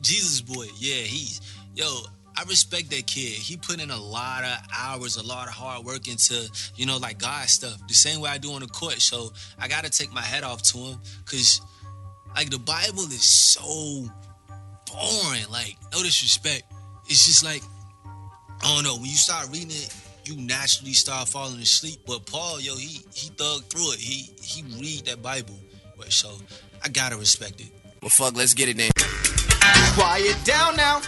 Jesus boy. Yeah, he's yo. I respect that kid. He put in a lot of hours, a lot of hard work into, you know, like God stuff. The same way I do on the court. So I gotta take my head off to him. Cause like the Bible is so boring. Like, no disrespect. It's just like, I don't know, when you start reading it, you naturally start falling asleep. But Paul, yo, he he thugged through it. He he read that Bible. But so I gotta respect it. Well, fuck, let's get it then. Quiet down now.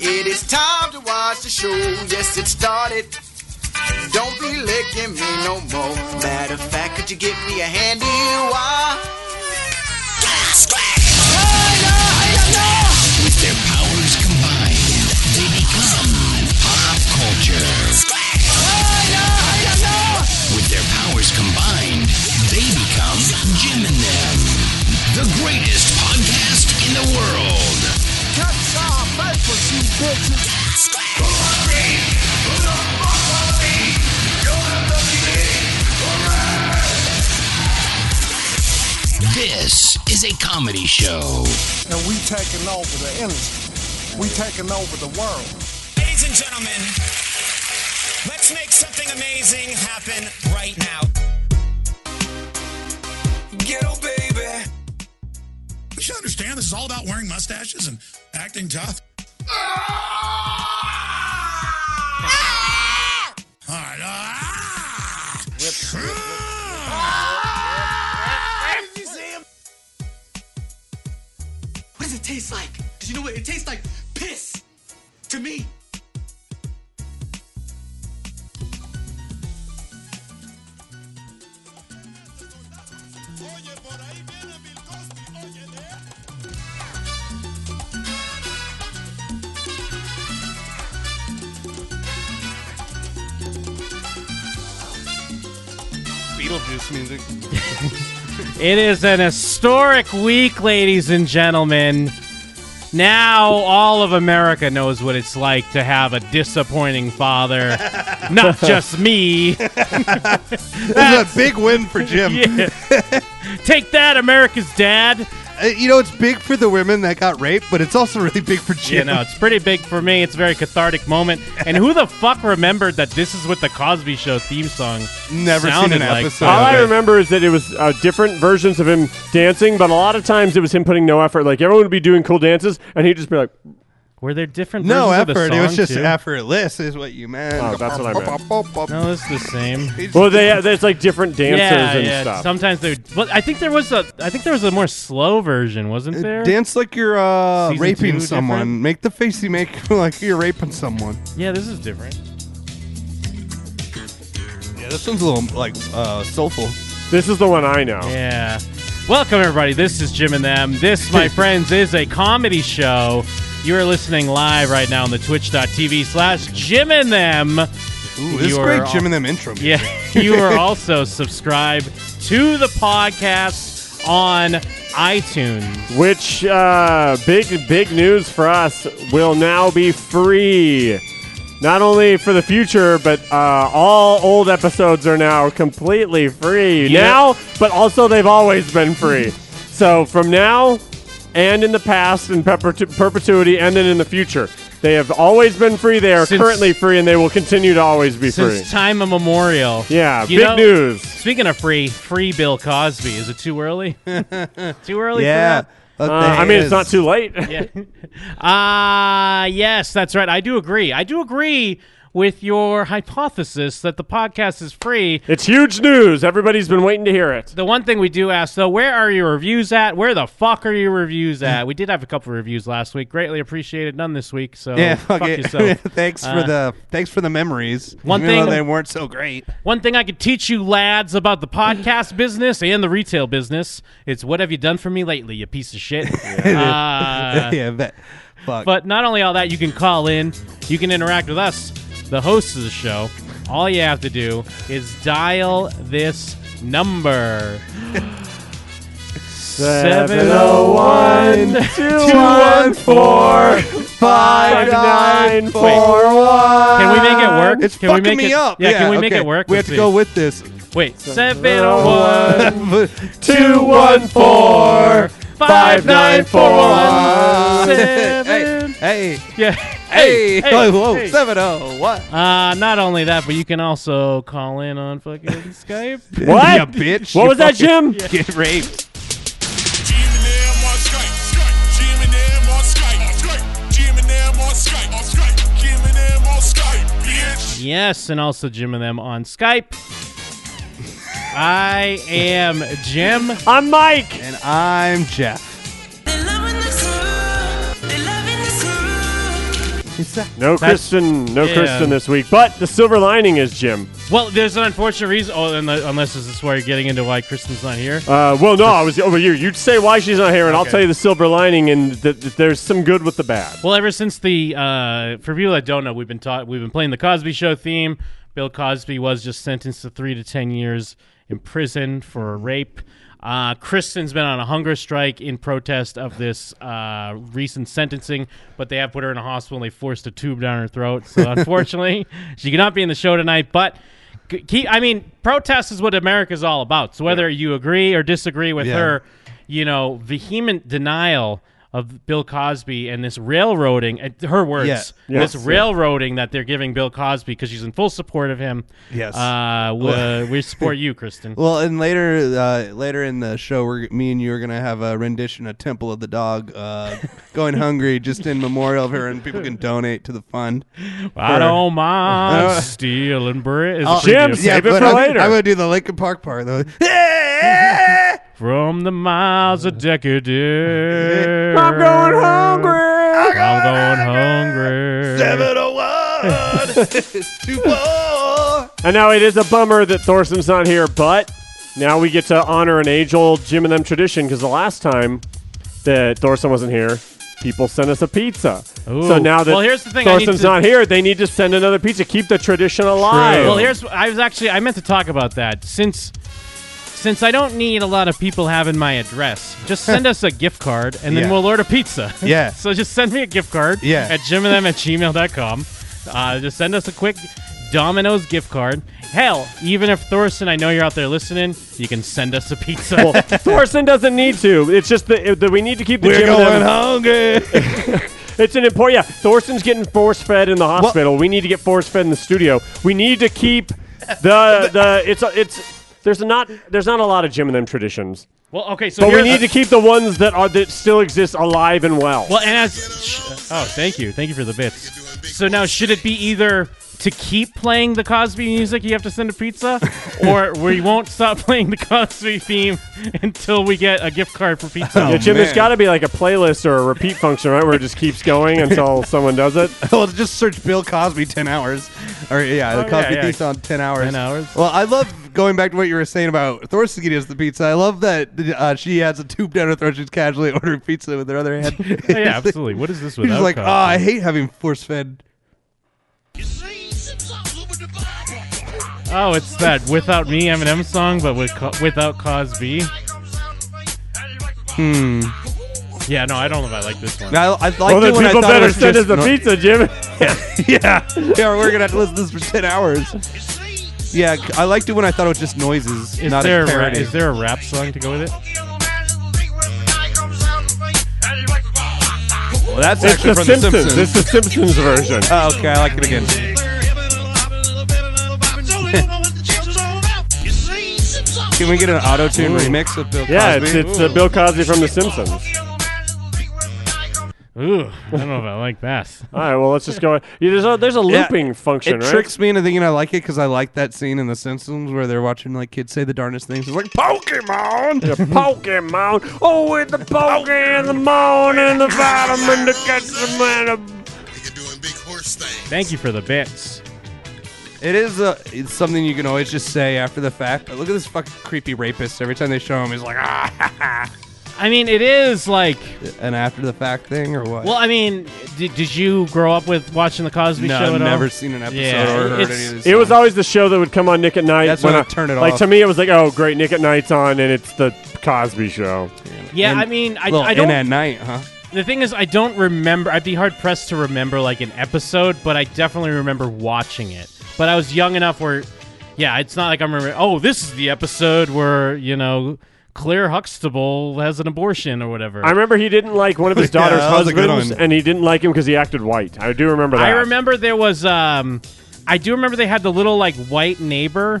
It is time to watch the show. Yes, it started. Don't be licking me no more. Matter of fact, could you give me a handy why? Their powers combined, they become pop culture. With their powers combined, they become Jim and them, the greatest podcast in the world. This is a comedy show. and we taking over the industry. We taking over the world. Ladies and gentlemen, let's make something amazing happen right now. Ghetto baby. You should understand this is all about wearing mustaches and acting tough. All right. ah! Ah! Did you see him? What does it taste like? Because you know what? It tastes like piss to me. Beetlejuice music. It is an historic week, ladies and gentlemen. Now all of America knows what it's like to have a disappointing father. Not just me. That's a big win for Jim. Yeah. Take that, America's dad. Uh, You know, it's big for the women that got raped, but it's also really big for You Jim. know, it's pretty big for me. It's a very cathartic moment. And who the fuck remembered that this is what the Cosby Show theme song Never seen sounded an like? episode. All I Okay. remember is that it was uh, different versions of him dancing, but a lot of times it was him putting no effort. Like everyone would be doing cool dances, and he'd just be like, Were there different no versions of the effort. It was song, just too? effortless, is what you meant. Oh, that's what I meant. No, it's the same. "Well, they it's like different dances yeah, and yeah. stuff." Sometimes they. But I think there was a. I think there was a more slow version, wasn't there? Dance like you're uh, Season raping two someone. different? Make the face you make like you're raping someone. yeah, this is different. Yeah, this one's a little like uh, soulful. this is the one I know. Yeah. Welcome everybody. This is Jim and them. This, my friends, is a comedy show. You are listening live right now on the twitch.tv slash Jim and Ooh, them. this is You are great all- Jim and them intro. music. uh, Yeah, you are also subscribed to the podcast on iTunes. Which uh, big big news for us will now be free. Not only for the future, but uh, all old episodes are now completely free Yeah. now, but also they've always been free. so from now and in the past, in perpetu- perpetuity, and then in the future, they have always been free. They are Since- currently free, and they will continue to always be free. Since time immemorial. yeah, You big know- news. Speaking of free, free Bill Cosby. Is it too early? too early yeah. for that? That Uh, thing I mean, it's is- not too late. Ah, yes, that's right. I do agree. I do agree with your hypothesis that the podcast is free. it's huge news. Everybody's been waiting to hear it. The one thing we do ask though, where are your reviews at? Where the fuck are your reviews at? We did have a couple reviews last week. Greatly appreciated. None this week. So Yeah, fuck, Oh, fuck it. yourself. thanks for Uh, the thanks for the memories. One Even though thing- they weren't so great. One thing I could teach you lads about the podcast business and the retail business, it's what have you done for me lately, you piece of shit. Uh, yeah, but fuck. But not only all that, you can call in, you can interact with us, the hosts of the show. All you have to do is dial this number. 701 Can we make it work? It's Can we fucking make me it- up. yeah, can we make okay. it work? We have Let's to go see. with this. Wait, 701 Two one four 5941. Seven. Hey, hey, Yeah. hey, oh, whoa, hey. seven oh, what? Uh, not only that, but you can also call in on fucking Skype. What? You bitch. What you was that, fucking Jim? Get raped. Jim and them on Skype, Skype. Jim and them on Skype, Skype. Jim and them on Skype, Skype. Jim and them on Skype, bitch. Yes, and also Jim and them on Skype. I am Jim. I'm Mike. And I'm Jeff. It's that No That's- Kristen. No yeah. Kristen this week. But the silver lining is Jim. Well, there's an unfortunate reason. Oh, unless, unless this is where you're getting into why Kristen's not here. Uh, well, no, I was over you. You'd say why she's not here, and I'll Okay. tell you the silver lining, and th- th- there's some good with the bad. Well, ever since the uh, for people that don't know, we've been taught we've been playing the Cosby Show theme. Bill Cosby was just sentenced to three to ten years in prison for a rape. Uh, Kristen's been on a hunger strike in protest of this uh, recent sentencing, but they have put her in a hospital and they forced a tube down her throat. So unfortunately, she cannot be in the show tonight. But c- keep, I mean, protest is what America's all about. So whether you agree or disagree with Yeah. her, you know, vehement denial of Bill Cosby and this railroading, uh, her words, Yeah. Yes, this yeah. railroading that they're giving Bill Cosby because she's in full support of him. Yes. Uh, we, uh, we support you, Kristen. Well, and later, uh, later in the show, we're me and you are gonna have a rendition of Temple of the Dog, uh, going hungry, just in memorial of her, and people can donate to the fund. I don't mind stealing bread Oh, is a Jim, preview. Save it but for I'm, later. I'm gonna do the Lincoln Park part though. I'm from the miles of decadence. I'm going hungry. I'm going hungry. Seven oh one, two four. And now it is a bummer that Thorson's not here, but now we get to honor an age-old Jim and them tradition because the last time that Thorson wasn't here, people sent us a pizza. So Ooh. now that Well, here's the thing, I need Thorson's to- not here, they need to send another pizza. Keep the tradition alive. Well, here's I was actually I meant to talk about that since since I don't need a lot of people having my address. Just send us a gift card and then Yeah. we'll order pizza. Yeah. so just send me a gift card. Yeah. At jimandthem at gmail.com. Uh, just send us a quick Domino's gift card. Hell, even if Thorson, I know you're out there listening, you can send us a pizza. Thorson doesn't need to. It's just that, that we need to keep the We're Jim and going them. hungry. It's an important. Yeah, Thorson's getting force fed in the hospital. We need to get force fed in the studio. We need to keep the the. It's a, it's there's not there's not a lot of Jim and them traditions, well, okay, so but we here's- uh, need to keep the ones that are that still exist alive and well. Well, and as sh- oh, thank you, thank you for the bits. So now, should it be either to keep playing the Cosby music, you have to send a pizza, or we won't stop playing the Cosby theme until we get a gift card for pizza? yeah, Jim, there's Oh, man. got to be like a playlist or a repeat function, right, where it just keeps going until someone does it. well, just search Bill Cosby 10 hours. Or, yeah, the Oh, Cosby yeah, yeah. pizza on 10 hours. 10 hours. Well, I love going back to what you were saying about Thorsten getting us the pizza. I love that uh, she has a tube down her throat. She's casually ordering pizza with her other hand. Oh, yeah, absolutely. What is this She's without? like, oh, "Ah." Cosby? I hate having force fed. oh, it's that without me Eminem song, but with co- without Cosby. Hmm. Yeah, no, I don't know if I like this one. I, I liked well, it then when I people thought it better was send us just the no- pizza, Jim. yeah. Yeah, we're going to have to listen to this for 10 hours. Yeah, c- I liked it when I thought it was just noises, Is not there a a ra- parody. is there a rap song to go with it? well, that's It's actually the from Simpsons. The Simpsons. It's the Simpsons version. Oh, okay, I like it again. Can we get an auto tune remix of Bill Cosby? Yeah, it's, it's uh, Bill Cosby from The Simpsons. All Ooh, I don't know if I like that. right, well, let's just go. Yeah, there's a there's a Yeah, looping function, It right? tricks me into thinking I like it because I like that scene in The Simpsons where they're watching like kids say the darndest things. It's like Pokemon. Pokemon. Oh, with the poke in the morning, the vitamin to catch the man. Nigga doing big horse things. Thank you for the bits. It is a, it's something you can always just say after the fact. But look at this fucking creepy rapist. Every time they show him, he's like ah, ha, ha." I mean, it is like an after the fact thing or what? Well, I mean, did, did you grow up with watching the Cosby no, Show at I've never all? seen an episode Yeah, or heard it's- any of this. It was always the show that would come on Nick at Night. That's when I turned it like, off. to me, it was like, oh, great, Nick at Night's on, and it's the Cosby Show. Yeah, And- I mean, I, Well, I in don't. at night, huh? the thing is, I don't remember. I'd be hard pressed to remember like an episode, but I definitely remember watching it. But I was young enough where, yeah, it's not like I'm remembering. Oh, this is the episode where you know Claire Huxtable has an abortion or whatever. I remember he didn't like one of his daughter's that was a good husbands, one. and he didn't like him because he acted white. I do remember that. I remember there was um I do remember they had the little like white neighbor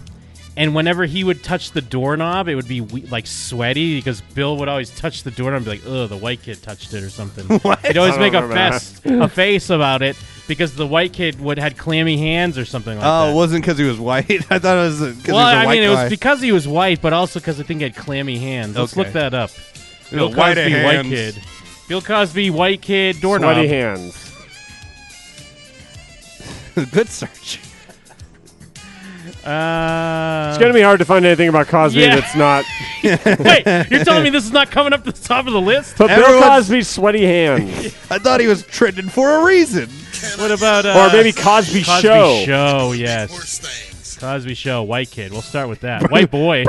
and whenever he would touch the doorknob it would be we- like sweaty because Bill would always touch the doorknob and be like, "Ugh, the white kid touched it or something." What? He'd I always don't make a remember that. fest a face about it because the white kid would had clammy hands or something like Oh, that. it wasn't because he was white. I thought it was because well, he was a I white mean, guy. it was because he was white, but also because I think he had clammy hands. Let's Okay. look that up. Bill was white Cosby, white hands. kid. Bill Cosby, white kid, doorknob. Sweaty hands. good search. Uh, It's gonna be hard to find anything about Cosby Yeah. that's not. Wait, you're telling me this is not coming up to the top of the list? But Bill Everyone's- Cosby's sweaty hands, I thought he was trending for a reason. What about uh, or maybe Cosby, Cosby Show. Show? Yes, Worst things. Cosby Show, white kid. We'll start with that. White boy.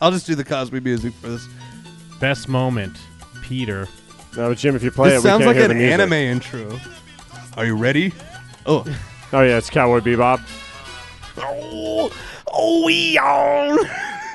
I'll just do the Cosby music for this. Best moment, Peter. No, but Jim, if you play this it, Oh, we sounds can't like hear an the anime music. intro. Are you ready? Oh, Oh yeah, it's Cowboy Bebop. oh, oh, we on.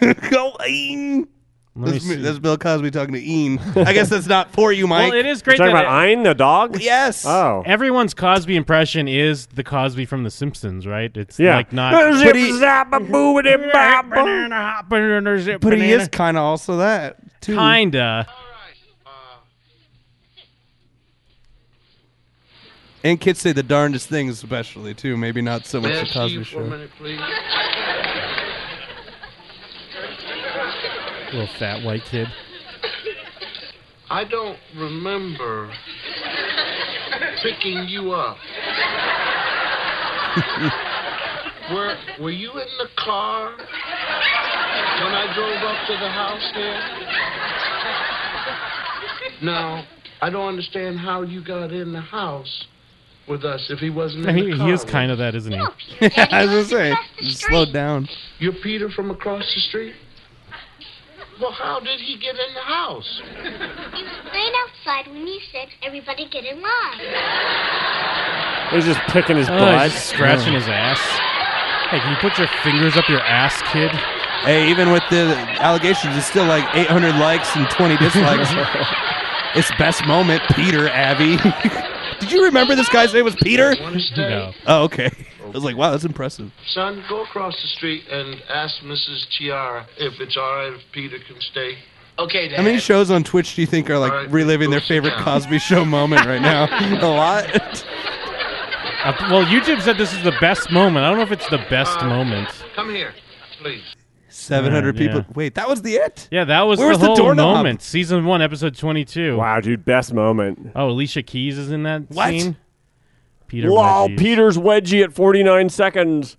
Go in. Let me That's, see. that's Bill Cosby talking to Ian. I guess that's not for you, Mike. well, it is You're great that talking about it- Ein the dog. yes. Oh. everyone's Cosby impression is the Cosby from The Simpsons, right? It's Yeah. like not. Zip, he- zap, a boo, and a bop. But he is kind of also that too. kinda. And kids say the darndest things, especially too. Maybe not so much the Cosby Show. Little fat white kid. I don't remember picking you up. were Were you in the car when I drove up to the house here? No, I don't understand how you got in the house with us if he wasn't in I mean, the car. he is with kind us. of that, isn't he? Yeah, I was gonna say, slow down. You're Peter from across the street. Well, how did he get in the house? You were playing outside when you said everybody get in line. He's just picking his Oh, butt. he's just scratching his ass. Hey, can you put your fingers up your ass, kid? Hey, even with the allegations, it's still like 800 likes and 20 dislikes. it's best moment, Peter Abbey. Did you remember this guy's name was Peter? Want to stay? No. Oh, okay. I was like, wow, that's impressive. Son, go across the street and ask Mrs. Chiara if it's all right if Peter can stay. Okay, Dad. How many shows on Twitch do you think are All like right, reliving their go sit favorite down. Cosby Show moment right now? A lot. Uh, well, YouTube said this is the best moment. I don't know if it's the best Uh, moment. Come here, please. 700 Yeah, yeah. people. Wait, that was the it? Yeah, that was Where was the the whole doorknob? moment. Season one, episode twenty-two. Wow, dude, best moment. Oh, Alicia Keys is in that What? scene. Peter. Lol, Wedgies. Peter's wedgie at 49 seconds.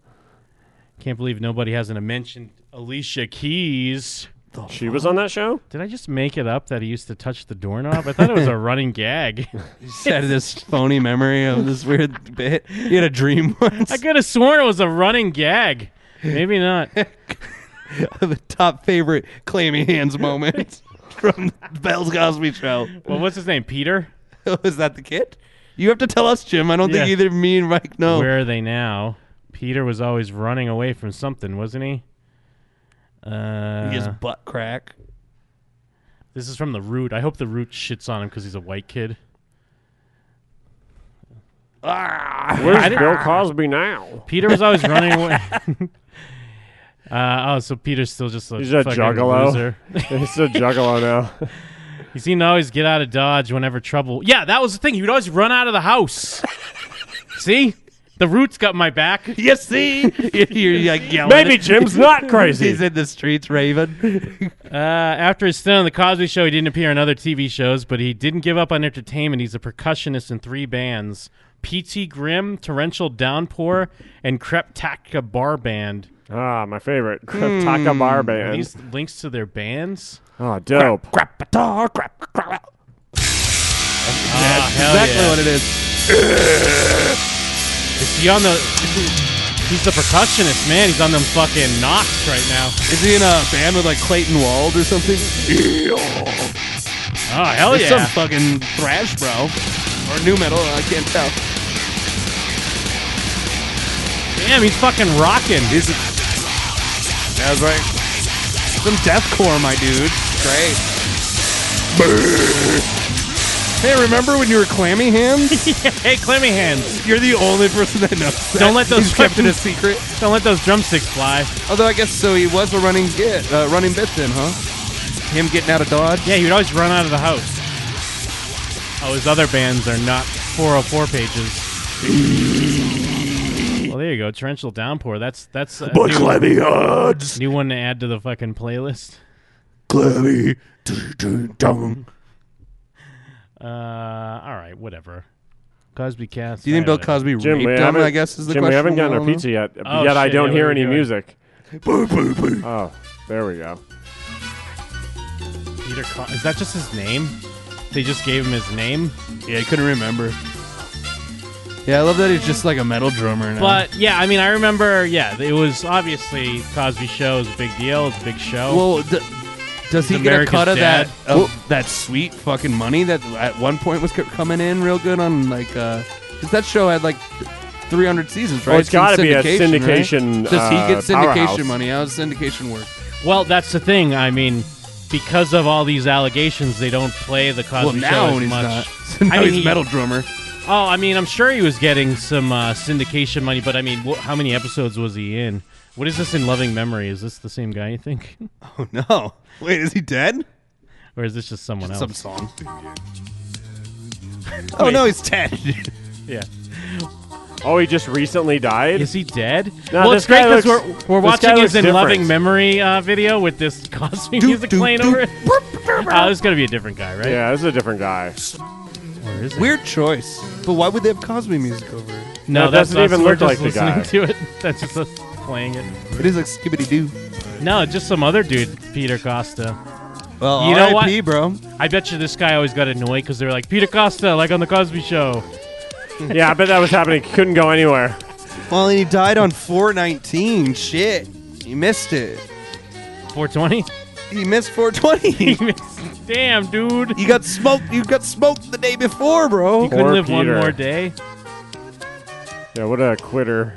Can't believe nobody hasn't mentioned Alicia Keys. She was on that show? Did I just make it up that he used to touch the doorknob? I thought it was a running gag. Just had this phony memory of this weird bit. You had a dream once I could have sworn it was a running gag. Maybe not. of the top favorite clammy hands moment from the Bell's Cosby Show. Well, what's his name? Peter. Was that the kid? You have to tell us, Jim. I don't think Yeah. either me and Mike know. Where are they now? Peter was always running away from something, wasn't he? Uh, His butt crack. This is from the Root. I hope the Root shits on him because he's a white kid. I Where's didn't- Bill Cosby now? Peter was always running away. Uh, oh, so Peter's still just a He's a fucking juggalo. loser. He's a juggalo now. He seemed to always get out of dodge whenever trouble. Yeah, that was the thing. He would always run out of the house. See, the Root's got my back. You see? You're like yelling. Maybe Jim's not He's crazy. in the streets raving. Uh, after his stint on The Cosby Show, he didn't appear on other TV shows, but he didn't give up on entertainment. He's a percussionist in three bands P.T. Grimm, Torrential Downpour, and Kreptaka Bar Band. Ah, my favorite. Hmm. Taka Bar Are Band. these links to their bands? Oh, dope. Crap-a-tar, crap, crap. Hell Exactly yeah. what it is. Is he on the. He's the percussionist, man. He's on them fucking knocks right now. Is he in a band with like Clayton Wald or something? Oh, hell It's yeah. some fucking thrash, bro. Or new metal, I can't tell. Damn, he's fucking rocking. He's That's right. Some deathcore, my dude. Great. Hey, remember when you were clammy hands? hey, clammy hands. You're the only person that knows. That. Don't let those He's kept it a fucking- secret. Don't let those drumsticks fly. Although I guess so, he was a running get, uh, running bit then, huh? Him getting out of dodge. Yeah, he would always run out of the house. Oh, his other bands are not 404 pages. well, there you go. Torrential downpour. That's that's a new, clammy hands, new one to add to the fucking playlist. clammy, dong. Uh, all right, whatever. Cosby Cast. Do you think all Bill right, Cosby Jim, we raped him? haven't, I guess is the Jim, question. we haven't gotten I our don't know. pizza yet. Oh, yet I shit, don't yeah, hear what are any we doing? music. Oh, there we go. whatever. Peter. Co- is that just his name? They just gave him his name. Yeah, I couldn't remember. Yeah, I love that he's just like a metal drummer now. But yeah, I mean, I remember. Yeah, it was obviously Cosby Show is a big deal. It's a big show. well, d- does he He's get America's a cut of dad. that of that sweet fucking money that at one point was co- coming in real good on like uh 'cause that show had like 300 seasons, right? Well, it's got to be a right? syndication. Does he get uh, syndication powerhouse. money? How does syndication work? Well, that's the thing. I mean, because of all these allegations, they don't play the Cosby well, now Show as he's much. not. So now I mean, he's he- metal drummer. Oh, I mean, I'm sure he was getting some uh, syndication money, but I mean, wh- how many episodes was he in? What is this in Loving Memory? Is this the same guy you think, Oh no! Wait, is he dead? or is this just someone else? Some song. oh no, he's dead. yeah. Oh, he just recently died. Is he dead? No, well, this it's great guy because looks- we're, we're this guy watching his looks in different. Loving Memory uh, video with this Cosby music doop, playing doop. over it. Oh, this is gonna be a different guy, right? yeah, this is a different guy. Or is it? Weird choice. But why would they have Cosby music over it? No, That that's doesn't us. even We're look just like the guy. listening to it. That's just us playing it. It is like skibbity doo. No, just some other dude, Peter Costa. Well, You know R.I.P., bro. I bet you this guy always got annoyed because they were like, Peter Costa, like on The Cosby Show. yeah, I bet that was happening. Couldn't go anywhere. Well, and he died on 419. Shit. He missed it. 420? He missed 420. Damn, dude. you got smoked. You got smoked the day before, You bro. couldn't Poor live one Peter. more day. Yeah, what a quitter.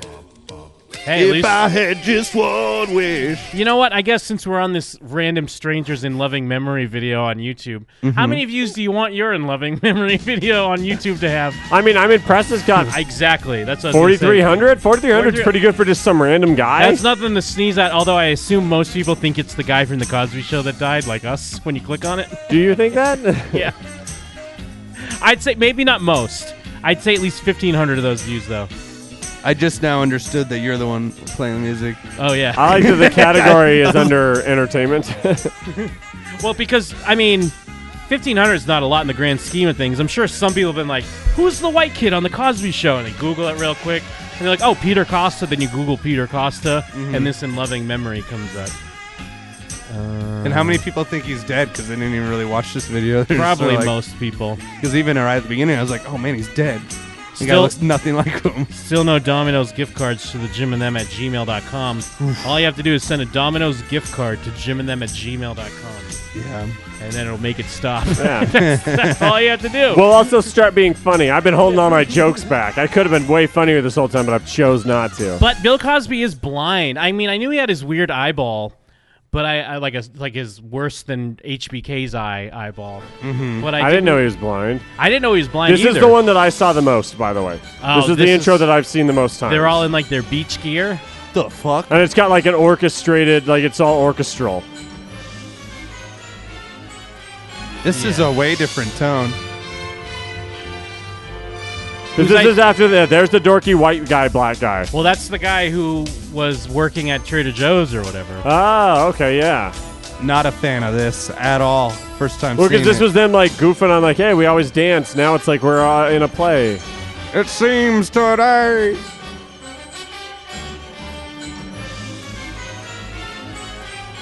Hey, at least, had just one wish. you know what? I guess since we're on this random strangers in loving memory video on YouTube, how many views do you want your in loving memory video on YouTube to have? I mean, I'm impressed. It's got Exactly. That's what I was gonna say. 4,300. 4,300 is 4,300. pretty good for just some random guy. That's nothing to sneeze at. Although I assume most people think it's the guy from the Cosby Show that died, like us, when you click on it. Do you think that? yeah. I'd say maybe not most. I'd say at least fifteen hundred of those views, though. I just now understood that you're the one playing the music. Oh yeah. I like that the category is under entertainment. well, because I mean, fifteen hundred is not a lot in the grand scheme of things. I'm sure some people have been like, "Who's the white kid on the Cosby Show?" And they Google it real quick, and they're like, "Oh, Peter Costa." Then you Google Peter Costa, and this in loving memory comes up. and how many people think he's dead because they didn't even really watch this video? They're just Probably sort of like- most people. Because even right at the beginning, I was like, oh man, he's dead. The guy Still- looks nothing like him. Still no Domino's gift cards to the Jim and Them at gmail.com. All you have to do is send a Domino's gift card to Jim and Them at gmail.com, Yeah. and then it'll make it stop. yeah. That's all you have to do. We'll also start being funny. I've been holding all my jokes back. I could have been way funnier this whole time, but I've chose not to. But Bill Cosby is blind. I mean, I knew he had his weird eyeball, but I, I like a, like his worse than HBK's eye eyeball. Mm-hmm. But I, I didn't know he was blind. I didn't know he was blind. This is either. the one that I saw the most, by the way. Oh, this is the this intro is- that I've seen the most times. They're all in like their beach gear. The fuck? and it's got like an orchestrated, like it's all orchestral. This is a way different tone. This, like- is after that. There's the dorky white guy, black guy. Well, that's the guy who was working at Trader Joe's or whatever. Oh, okay, yeah. Not a fan of this at all. First time Well, seeing because this it. was them like goofing on, like, hey, we always dance. Now it's like we're uh, in a play. It seems today.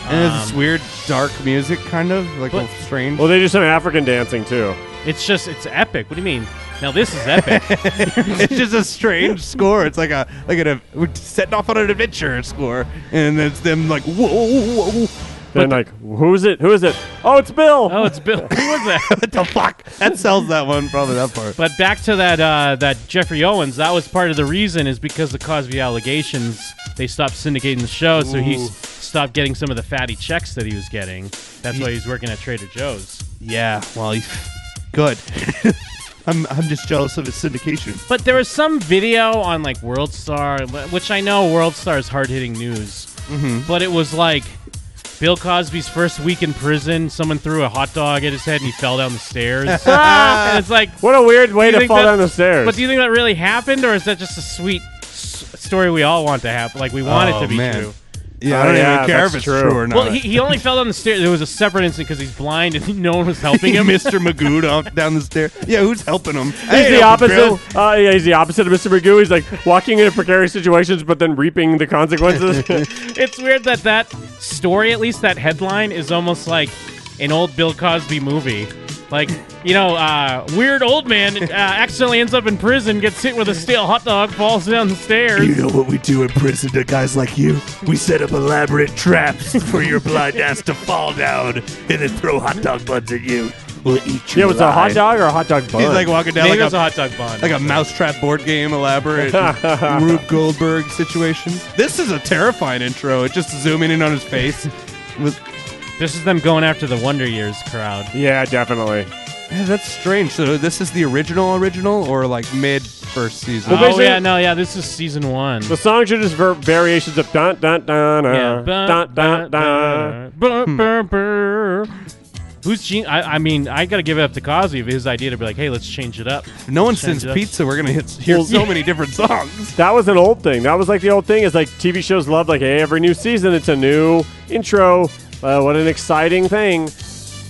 And it's this Um, weird dark music, kind of like What? a little strange. Well, they do some African dancing too. It's just it's epic. What do you mean? Now this is epic. it's just a strange score. It's like a like an we're setting off on an adventure score, and it's them like whoa, whoa, whoa. Then like, who's it? Who is it? Oh, it's Bill. Oh, it's Bill. Who was that? what the fuck? That sells that one. Probably that part. But back to that uh, that Jeffrey Owens. That was part of the reason is because the Cosby allegations. They stopped syndicating the show, so he Ooh. s- stopped getting some of the fatty checks that he was getting. That's why he's working at Trader Joe's. Yeah. Well, he's good. I'm I'm just jealous of his syndication. But there was some video on like World Star, which I know World Star is hard hitting news, Mhm. but it was like Bill Cosby's first week in prison. Someone threw a hot dog at his head and he fell down the stairs. and it's like, what a weird way do you to think fall that- down the stairs. But do you think that really happened, or is that just a sweet s- story we all want to happen? Like we want Oh, it to be man. true. Yeah, Oh, I don't yeah, even care that's if it's true. true, or not. Well, he, he only fell down the stairs. There was a separate incident because he's blind and no one was helping him. Mr. Magoo down, down the stair. Yeah, who's helping him? He's the opposite. Uh, yeah, he's the opposite of Mr. Magoo. He's like walking into precarious situations, but then reaping the consequences. It's weird that that story, at least that headline, is almost like an old Bill Cosby movie. Like, you know, uh, weird old man uh, accidentally ends up in prison, gets hit with a stale hot dog, falls down the stairs. know what we do in prison to guys like you? We set up elaborate traps for your blind ass to fall down and then throw hot dog buns at you. We'll eat yeah, was it a hot dog or a hot dog bun? He's like walking down Maybe like it was a, a hot dog bun. like a mousetrap board game, elaborate Rube Goldberg situation. This is a terrifying intro. It's just zooming in on his face. Was, this is them going after the Wonder Years crowd. yeah, definitely. Yeah, that's strange. So this is the original original or like mid first season? Well, Oh, basically- yeah, no, yeah, this is season one. The songs are just ver- variations of dun dun dun uh, Yeah. dun dun dun. Bun, Hmm. bun, bun. Who's Gene? I, I mean, I got to give it up to Cosby of his idea to be like, hey, let's change it up. no one Change sends it up. pizza. We're gonna hit, hear so many different songs. That was an old thing. That was like the old thing. Is like TV shows love like hey, every new season, it's a new intro. Uh, what an exciting thing!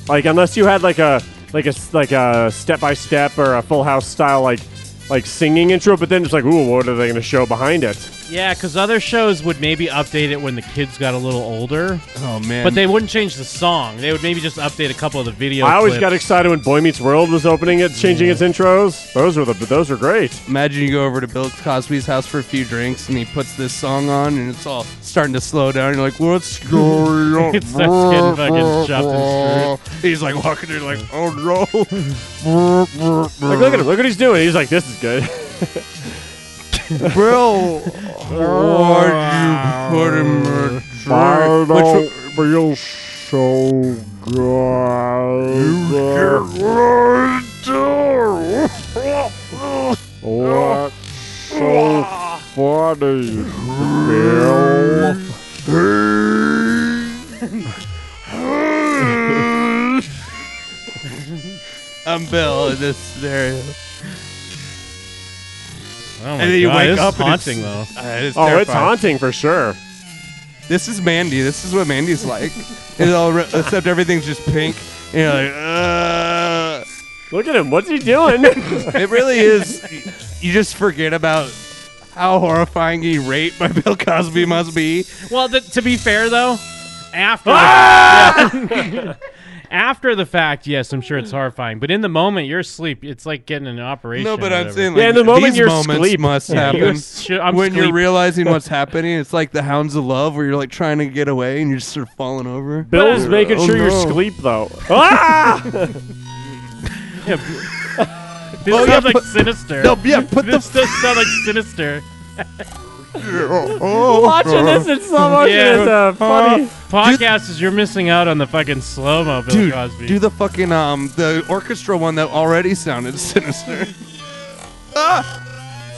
Like unless you had like a like a s- like a step by step or a Full House style like like singing intro, but then it's like ooh, what are they going to show behind it? Yeah, because other shows would maybe update it when the kids got a little older, Oh man! but they wouldn't change the song. They would maybe just update a couple of the videos. I always got excited when Boy Meets World was opening it, changing its intros. Those were the those were great. Imagine you go over to Bill Cosby's house for a few drinks, and he puts this song on, and it's all starting to slow down. You're like, "What's going on?" It starts getting fucking chopped and He's like walking in, like, "Oh no!" Like look at him, look what he's doing. He's like, this is good. Bill, why'd you put him in charge? Which feel so good. What so funny, Bill? I'm Bill in this scenario. Oh my And then you God, wake this is up and it's- haunting though. Uh, it's Oh, it's terrifying. haunting for sure. This is Mandy. This is what Mandy's like. It's all re- except everything's just pink. And you're like, "Ugh." Look at him. What's he doing? It really is. You just forget about how horrifyingly raped by Bill Cosby must be. Well, th- to be fair though, after Ah! the- after the fact, yes, I'm sure it's horrifying. But in the moment, you're asleep. It's like getting an operation. No, but or I'm whatever. saying like, Yeah, in the moment these you're moments asleep. must Yeah, happen. you're sh- I'm when you're asleep. realizing what's happening, it's like the Hounds of Love, where you're like trying to get away and you're just sort of falling over. Bill's making Oh, sure you're no. asleep though. Ah! this Oh, yeah, sounds like put- sinister. No, yeah, put the. this does sound like sinister. oh, Watching this in slow motion Yeah. is uh, funny. Podcast is you're missing out on the fucking slow mo, Bill Dude, Oh, Cosby. do the fucking um the orchestra one that already sounded sinister. ah!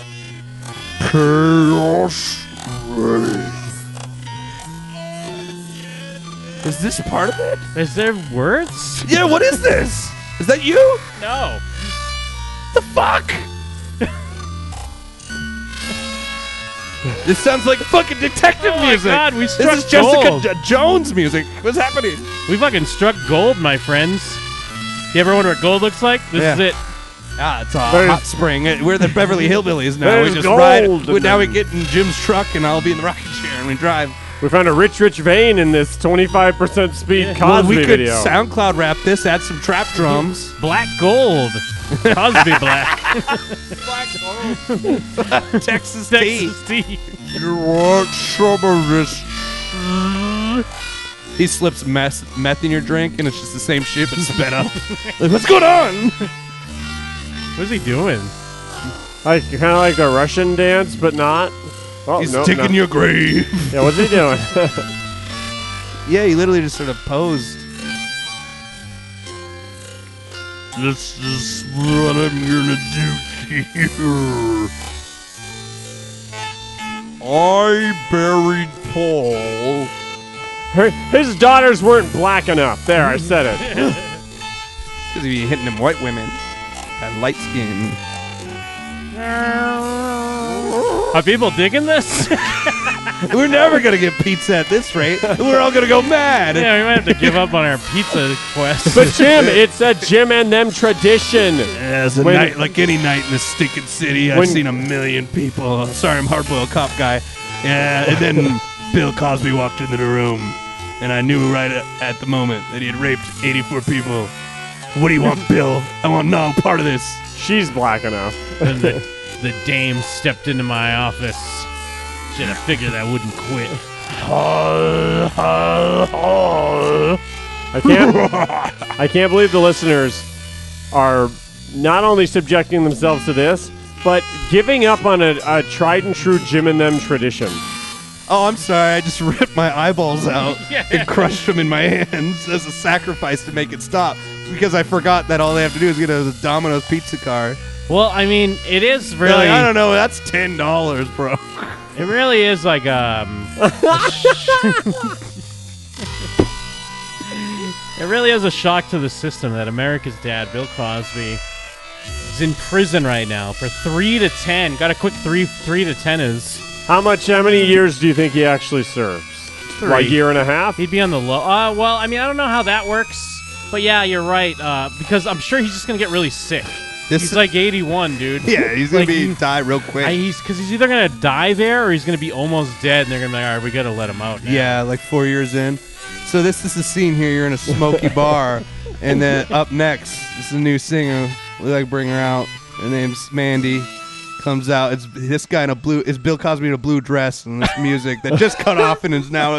Chaos Reigns. Is this part of it? is there words? Yeah, what is this? Is that you? No. The fuck? this sounds like fucking detective Oh my music. God, we struck this is Jessica gold. J- Jones music. What's happening? We fucking struck gold, my friends. You ever wonder what gold looks like? This Yeah. is it. Ah, it's a There's- hot spring. Uh, We're the Beverly Hillbillies now. We There's just gold ride. in we- now we them. get in Jim's truck, and I'll be in the rocking chair, and we drive. We found a rich, rich vein in this 25% speed Cosby well, we could video. SoundCloud rap this, add some trap drums. Black gold. Cosby Black. Texas tea. Texas tea. You want some of this? He slips meth, meth in your drink, and it's just the same shit but sped up. like, what's going on? What is he doing? Like kind of like the Russian dance, but not. Oh, He's no, digging no. your grave. Yeah, what's he doing? Yeah, he literally just sort of posed. This is what I'm gonna do here. I buried Paul. Her, his daughters weren't black enough. There, I said it. Because he'd be hitting them white women. That light skin. Are people digging this? We're never going to get pizza at this rate. We're all going to go mad. yeah, we might have to give up on our pizza quest. But Jim, it's a Jim and them tradition. Yeah, it's a When- night like any night in this stinking city. I've When- seen a million people. Sorry, I'm hardboiled cop guy. Yeah, and then Bill Cosby walked into the room, and I knew right a- at the moment that he had raped 84 people. What do you want, Bill? I want no part of this. She's black enough. And the, the dame stepped into my office. Should have figured I wouldn't quit. I can't. I can't believe the listeners are not only subjecting themselves to this, but giving up on a, a tried and true Jim and them tradition. Oh, I'm sorry. I just ripped my eyeballs out and crushed them in my hands as a sacrifice to make it stop because I forgot that all they have to do is get a Domino's pizza car. Well, I mean, it is They're really. Like, I don't know. That's ten dollars, bro. It really is like um. it really is a shock to the system that America's dad, Bill Cosby, is in prison right now for three to ten. Got a quick three three to ten is How much? How many years do you think he actually serves? Three. Like year and a half. he'd be on the low. Uh, well, I mean, I don't know how that works, but yeah, you're right. Uh, because I'm sure he's just gonna get really sick. This he's like 81, dude. Yeah, he's gonna Like, be he- die real quick. I, he's because he's either gonna die there or he's gonna be almost dead, and they're gonna be like, all right, we gotta let him out. now." yeah, like four years in. So this is the scene here. You're in a smoky bar, and then up next is the new singer. We like bring her out. Her name's Mandy. Comes out. It's this guy in a blue. It's Bill Cosby in a blue dress and this music that just cut off and is now.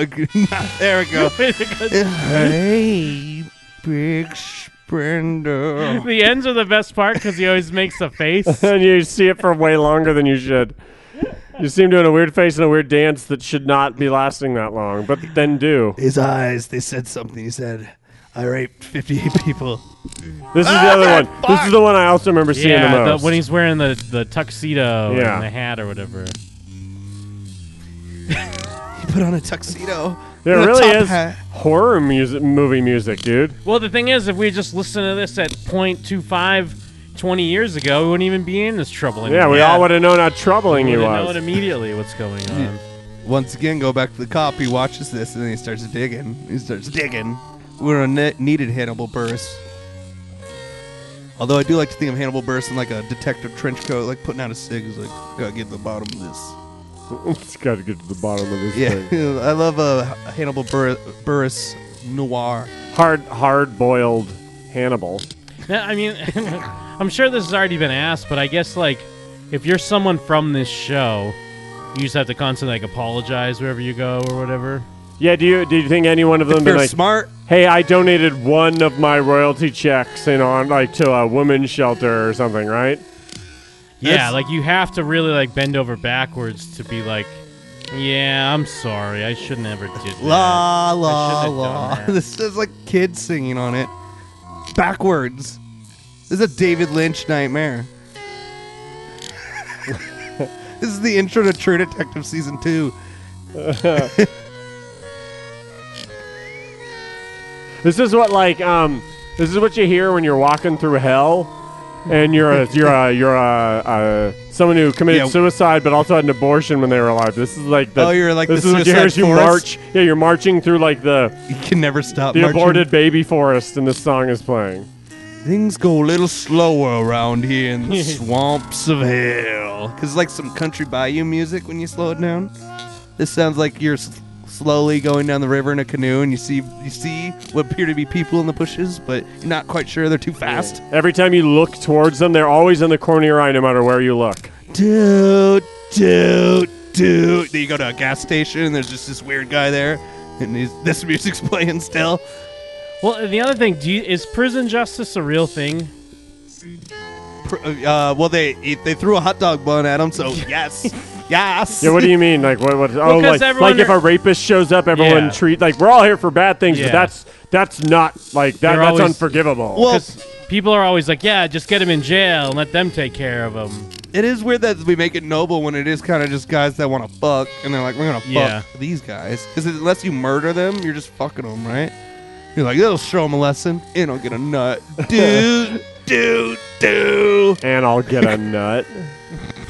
there we go. hey, big spender. the ends are the best part because he always makes a face. and you see it for way longer than you should. You see him doing a weird face and a weird dance that should not be lasting that long, but then do. His eyes. They said something. He said, "I raped 58 people." This is the other Ah, one. This is the one I also remember seeing the yeah, most. the, when he's wearing the, the tuxedo Yeah. and the hat or whatever. He put on a tuxedo. there and a really top is hat. horror music, movie music, dude. Well, the thing is, if we just listened to this at .25 20 years ago, we wouldn't even be in this trouble anymore. Yeah, we all would have known how troubling We he would've known was. immediately what's going on. Once again, go back to the cop. He watches this and then he starts digging. He starts digging. We're a ne- needed Hannibal Buress. Although I do like to think of Hannibal Buress in like a detective trench coat, like putting out a cig. He's like, gotta get to the bottom of this. It's got to get to the bottom of this Yeah, thing. I love uh, Hannibal Bur- Burris noir. Hard, hard-boiled Hannibal. Now, I mean, I'm sure this has already been asked, but I guess like if you're someone from this show, you just have to constantly like apologize wherever you go or whatever. Yeah, do you do you think any one of them If been you're like, smart, "Hey, I donated one of my royalty checks and on like to a women's shelter or something," right? Yeah, That's- like you have to really like bend over backwards to be like, yeah, I'm sorry, I shouldn't ever did that. la la should've la. done that. This is like kids singing on it, backwards. This is a David Lynch nightmare. this is the intro to True Detective season two. This is what like um, this is what you hear when you're walking through hell, and you're a you're a you're a, a someone who committed Yeah. suicide but also had an abortion when they were alive. This is like the Oh, you're like this the is what you hear as suicide you forest? march. Yeah, you're marching through like the You can never stop. the marching. aborted baby forest, and this song is playing. Things go a little slower around here in the swamps of hell. Cause like some country bayou music when you slow it down. This sounds like you're s- slowly going down the river in a canoe, and you see you see what appear to be people in the bushes, but you're not quite sure. They're too fast. Every time you look towards them, they're always in the corner of your eye, no matter where you look. Doot doot doot. Then you go to a gas station, and there's just this weird guy there. and he's, this music's playing still. Well, the other thing, do you, is prison justice a real thing? Pr- Uh, well, they they threw a hot dog bun at him, so yes, yes. Yeah, what do you mean? Like what? What? Oh, 'cause like, everyone like if are- a rapist shows up, everyone Yeah. treat like we're all here for bad things, Yeah. but that's that's not like that. They're That's always- unforgivable. 'Cause people are always like, yeah, just get him in jail and let them take care of him. It is weird that we make it noble when it is kind of just guys that want to fuck, and they're like, we're gonna fuck Yeah. these guys. Because unless you murder them, you're just fucking them, right? You're like, it'll show them a lesson, and I'll get a nut, dude, dude, dude. and I'll get a nut.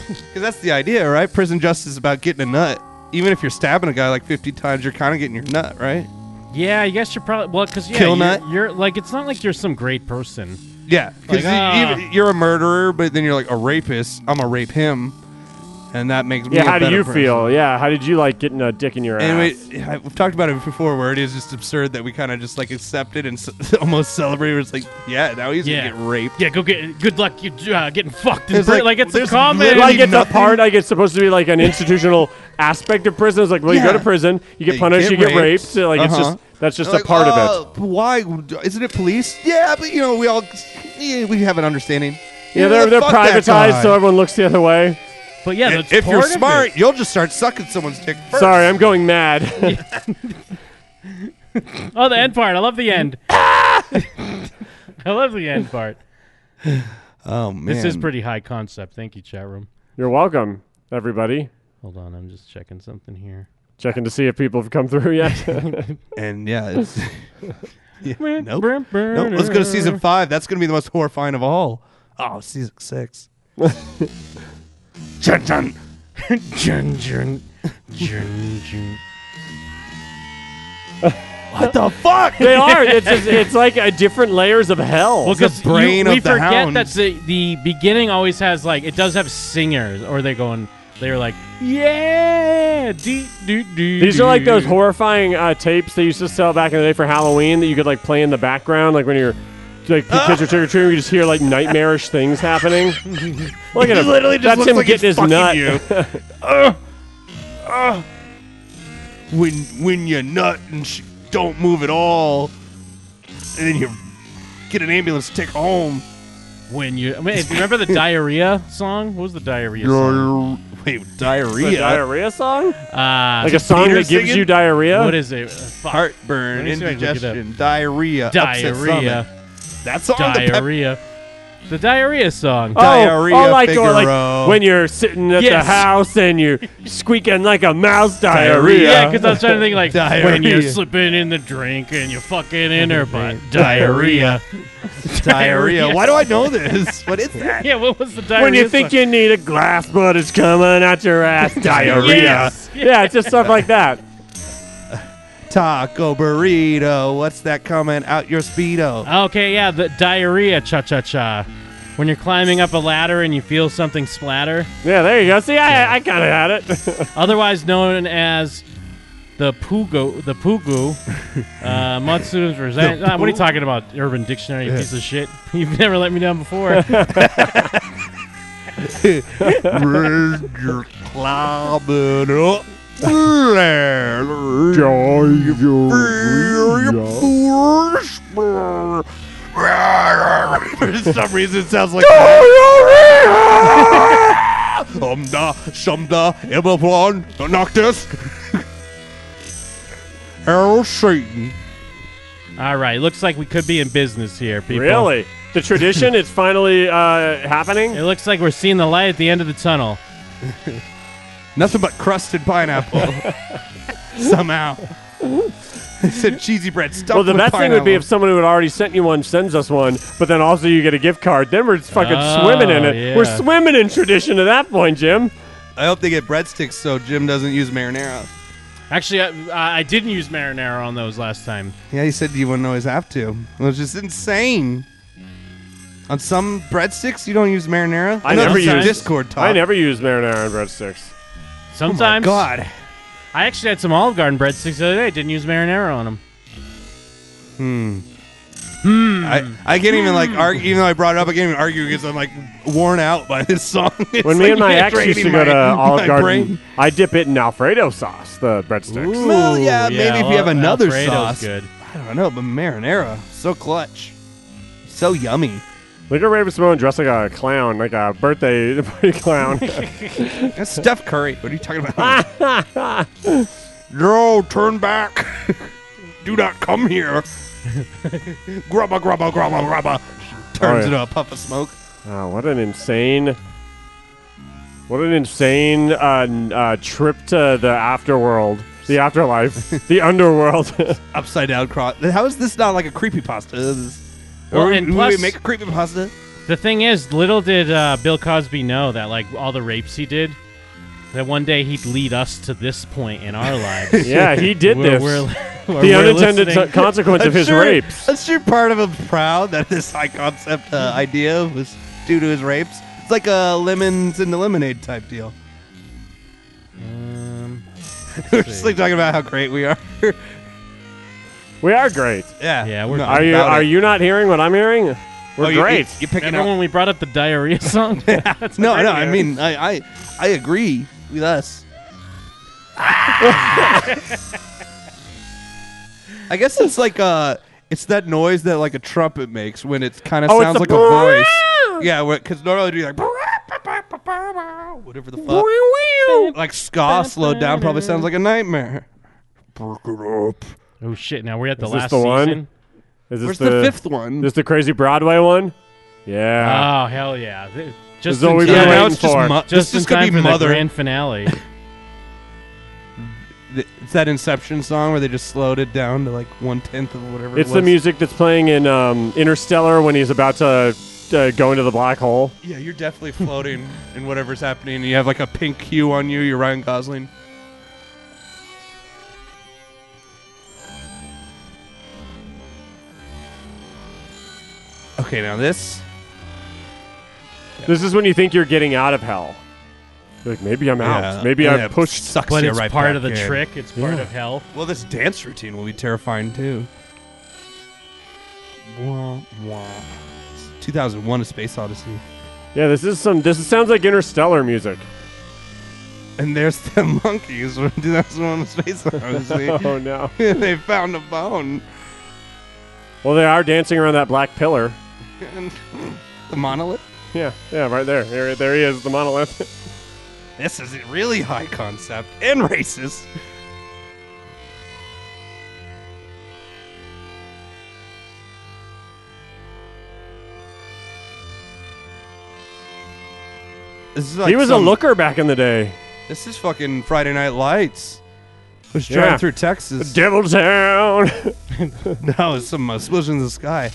Because that's the idea, right? Prison justice is about getting a nut. Even if you're stabbing a guy like 50 times, you're kind of getting your nut, right? Yeah, I guess you're probably well, because yeah, Kill you're, nut? you're like it's not like you're some great person. Yeah, because Like, ah. you're a murderer, but then you're like a rapist. I'm gonna rape him, and that makes me. Yeah, a how do better you person. feel? Yeah, how did you like getting a dick in your And ass? we, yeah, we've talked about it before, where it is just absurd that we kind of just like accept it and s- almost celebrate. Where it's like, yeah, now he's Yeah. gonna get raped. Yeah, go get good luck. You uh, getting fucked. It's It's like, like, it's a there's common. literally like it's a nothing- part like it's supposed to be like an institutional aspect of prison. It's like well, you Yeah. go to prison, you get Yeah, punished, you get raped. So, like it's Uh-huh. just that's just Like, a part of it. uh, Why isn't it police? Yeah, but you know we all yeah, we have an understanding. Yeah, they're they're fuck that privatized, guy. so everyone looks the other way. But yeah, that's if you're part of smart, it. you'll just start sucking someone's dick first. Sorry, I'm going mad. Oh, the end part. I love the end. I love the end part. Oh man, This is pretty high concept. Thank you, chat room. You're welcome, everybody. Hold on, I'm just checking something here. Checking to see if people have come through yet. And yeah, it's, yeah nope. nope. Let's go to season five. That's gonna be the most horrifying of all. Oh, season six. Dun, dun. Jun, jun, jun, jun. What the fuck? they are. It's, just, it's like a different layers of hell. Well, because brain we of the forget hound. that the, the beginning always has like it does have singers, or they going they're like yeah, dee, doo, doo, These are like those doo." horrifying uh, tapes they used to sell back in the day for Halloween that you could like play in the background, like when you're like Ah. kids are trick or treating, you just hear like nightmarish things happening. Look at He him. literally just That's looks him like getting he's his fucking nut. you. Uh, uh, when when you nut and sh- don't move at all, and then you get an ambulance to take home. when you I mean, remember the diarrhea song? What was the diarrhea song? Wait, The diarrhea, diarrhea song? Uh, Like a song Peter that gives singing? you diarrhea? what is it? Uh, fuck. Let heartburn, me see if I can look it up. indigestion, diarrhea, upset diarrhea, stomach. That's on the pep- diarrhea, the diarrhea song. Oh, Diarrhea oh, like, or Figaro. like when you're sitting at Yes. the house and you're squeaking like a mouse Diarrhea. diarrhea. yeah, because I was trying to think like when you're Diarrhea. slipping in the drink and you're fucking in her butt. diarrhea. diarrhea. Why do I know this? What is that? Yeah, what was the diarrhea? when you song? think you need a glass, but it's coming out your ass. Diarrhea. Yes. Yeah, it's just stuff like that. Taco burrito. What's that coming out your speedo? Okay, yeah, the diarrhea cha cha cha. When you're climbing up a ladder and you feel something splatter, Yeah, there you go. See, I, I kind of had it. otherwise known as the pugo, the pugu, uh, Matsuda's resent. Uh, what are you talking about? Urban Dictionary, you piece of shit. You've never let me down before. You're climbing up ladder. For some reason, it sounds like Somda, Somda, Eberplan, Noctis. Harold Satan. All right, looks like we could be in business here, people. really? The tradition is finally uh, happening? It looks like we're seeing the light at the end of the tunnel. Nothing but crusted pineapple. Somehow. They said cheesy bread stuffed Well, the with best thing would be if pineapple. someone who had already sent you one sends us one, but then also you get a gift card. Then we're just fucking swimming in Oh, it. yeah. We're swimming in tradition at that point, Jim. I hope they get breadsticks so Jim doesn't use marinara. Actually, I, I didn't use marinara on those last time. Oh Yeah, he said you wouldn't always have to. It was just insane. On some breadsticks, you don't use marinara. I know never this is use- Discord talk. I never use marinara and Oh breadsticks. my Sometimes God. I actually had some Olive Garden breadsticks the other day. Didn't use marinara on them. I, I can't even like argue, even though I brought it up, I can't even argue because I'm like worn out by this song. It's, when me like, and my ex used draining to go to my- Olive my Garden, brain. I dip it in Alfredo sauce, the breadsticks. Well, yeah, Uh, Ooh, maybe if yeah, you have well, another Alfredo's sauce. good. I don't know, but marinara, so clutch, so yummy. Look at Raven Simone dressed like a clown, like a birthday party clown. That's Steph Curry. What are you talking about? no, turn back. Do not come here. grubba, grubba, grubba, grubba. Turns yeah. into a puff of smoke. Oh, what an insane, what an insane uh, n- uh, trip to the afterworld, the afterlife, the underworld. Upside down cross. How is this not like a creepypasta? This is- Well, or and we plus- make a creepypasta? The thing is, little did uh, Bill Cosby know that like all the rapes he did, that one day he'd lead us to this point in our lives. yeah, he did Where this. we're- where the we're unintended listening- t- consequence of his sure, rapes. I'm sure part of him's proud that this high concept uh, idea was due to his rapes. It's like a lemons and the lemonade type deal. Um, We're just like talking about how great we are. We are great. yeah. Yeah, we're No, good. Are you? about Are it. you not hearing what I'm hearing? We're Oh, you- you- great. You're picking remember up. when we brought up the diarrhea song? That's No, great no. I idea. mean, I, I, I agree with us. I guess it's like uh, it's that noise that like a trumpet makes when it kind of Oh, it's sounds the like a voice. Yeah, because normally do like whatever the fuck. Like ska slowed down probably sounds like a nightmare. Perk it up. oh shit! Now we're at the Is this last the one? season. Is this Where's the, fifth one? This the crazy Broadway one? Yeah. Oh hell yeah! Th- Just Ah. is what in we've time, been yeah, now waiting it's just for. mo- just this in is gonna time be for mother. the grand finale. Th- It's that Inception song where they just slowed it down to like one tenth of whatever. it's it the was. music that's playing in um, Interstellar when he's about to uh, go into the black hole. Yeah, you're definitely floating in whatever's happening. You have like a pink hue on you. You're Ryan Gosling. Okay, now this. This is when you think you're getting out of hell. You're like maybe I'm out. Yeah, maybe yeah, I've pushed. Sucks But you it's right part back of the in. trick. It's part of hell. Well, this dance routine will be terrifying too. Wah, wah. It's 2001: A Space Odyssey. Yeah, this is some. This sounds like Interstellar music. And there's the monkeys from 2001: A Space Odyssey. Oh no. they found a bone. Well, they are dancing around that black pillar. And the monolith? Yeah, yeah, right there. There, there he is, the monolith. This is really high concept and racist. This is like he was some- a looker back in the day. This is fucking Friday Night Lights. I was Yeah. driving through Texas. Devil Town. Now it's some explosion in the sky.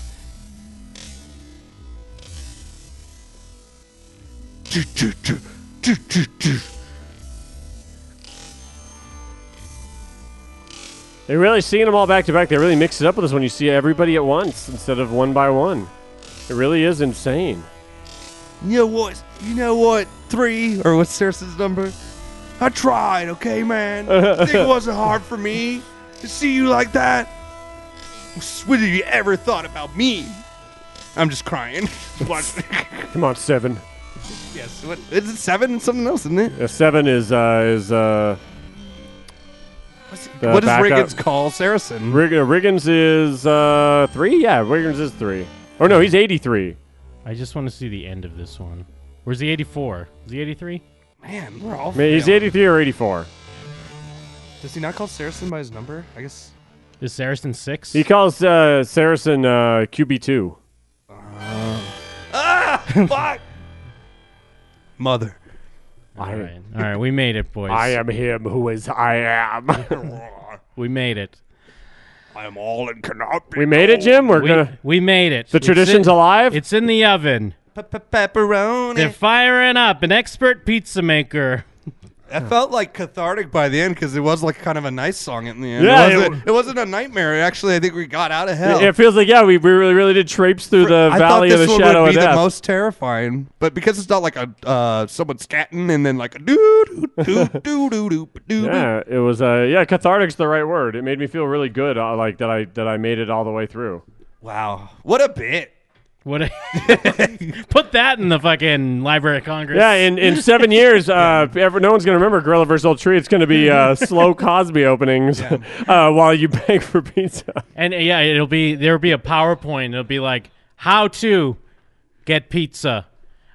They're really seeing them all back to back. They really mix it up with this when you see everybody at once instead of one by one. It really is insane. You know what? You know what? Three or what's Cersei's number? I tried, okay, man. it wasn't hard for me to see you like that. What have you ever thought about me? I'm just crying. Watch- Come on, seven. yes. What, is it seven and something else, isn't it? Uh, seven is uh, is uh, The what does back Riggins up- call Saracen? Rig- uh, Riggins is uh, three. Yeah, Riggins is three. Or no, he's eighty-three. I just want to see the end of this one. Where's the 84? Is the 83? man, we're all. I mean, he's failing. eighty-three or eighty-four. Does he not call Saracen by his number? I guess. Is Saracen 6? He calls uh, Saracen uh, QB two. Ah, fuck. Mother. All right. All right, we made it, boys. I uh, am him who is I am. We made it. I am all in cannot be we made it, Jim. We're We, gonna. we made it. The It's tradition's in- alive. It's in the oven. pepperoni. They're firing up an expert pizza maker. I felt like cathartic by the end because it was like kind of a nice song in the end. Yeah, it it wasn't, it, wasn't a nightmare. Actually, I think we got out of hell. It feels like yeah, we, we really really did traipse through the I valley thought of this the one shadow would of be death. the most terrifying, but because it's not like a uh, someone scatting and then like a doo doo doo doo doo doo doo. yeah, it was. Uh, yeah, cathartic's the right word. It made me feel really good, uh, like that I that I made it all the way through. Wow, what a bit! What? A, put that in the fucking Library of Congress. Yeah, in, in seven years, uh, ever, no one's going to remember Gorilla vs. Old Tree. It's going to be uh, slow Cosby openings uh, while you beg for pizza. And uh, yeah, it'll be there'll be a PowerPoint. It'll be like how to get pizza,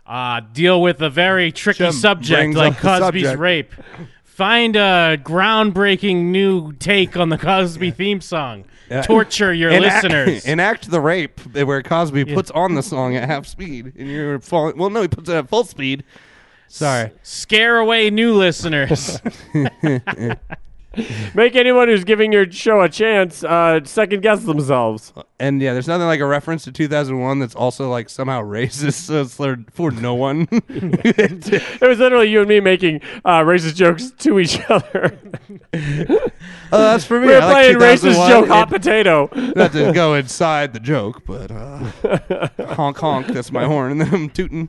uh, deal with a very tricky Jim subject brings like up the Cosby's subject. rape, find a groundbreaking new take on the Cosby theme song, Yeah. torture your Enact- listeners. enact the rape where Cosby puts on the song at half speed, and you're falling. Well, no, he puts it at full speed. Sorry. Scare away new listeners. Make anyone who's giving your show a chance uh, second guess themselves. And yeah, there's nothing like a reference to 2001 that's also like somehow racist so it's for, for no one. Uh, It was literally you and me making uh, racist jokes to each other. Oh, that's for me. We're I like playing racist 2001. joke hot It- potato. Not to go inside the joke, but uh, honk honk. That's my horn, and then I'm tooting.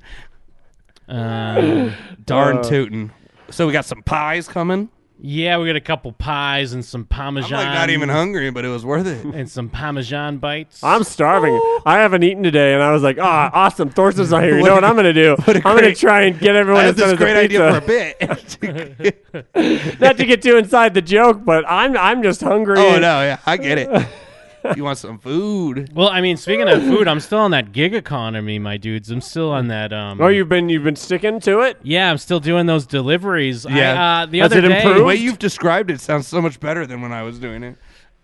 Uh, Um, Darn tooting. So we got some pies coming. yeah, we got a couple pies and some I'm parmesan. like not even hungry, but it was worth it. And some parmesan bites. I'm starving. I haven't eaten today, and I was like, ah, awesome. Thorsten's not here. You know what I'm going to do? Oh. a I'm going to great- try and get everyone I to had this send us great a idea pizza. for a bit. Not to get too inside the joke, but I'm I'm just hungry. oh no, and- yeah, I get it. You want some food? Well, I mean, speaking of food, I'm still on that gig economy, my dudes. I'm still on that. Um, Oh, you've been you've been sticking to it. yeah, I'm still doing those deliveries. I, Yeah. uh, the Has other it day, The improved? way you've described it sounds so much better than when I was doing it.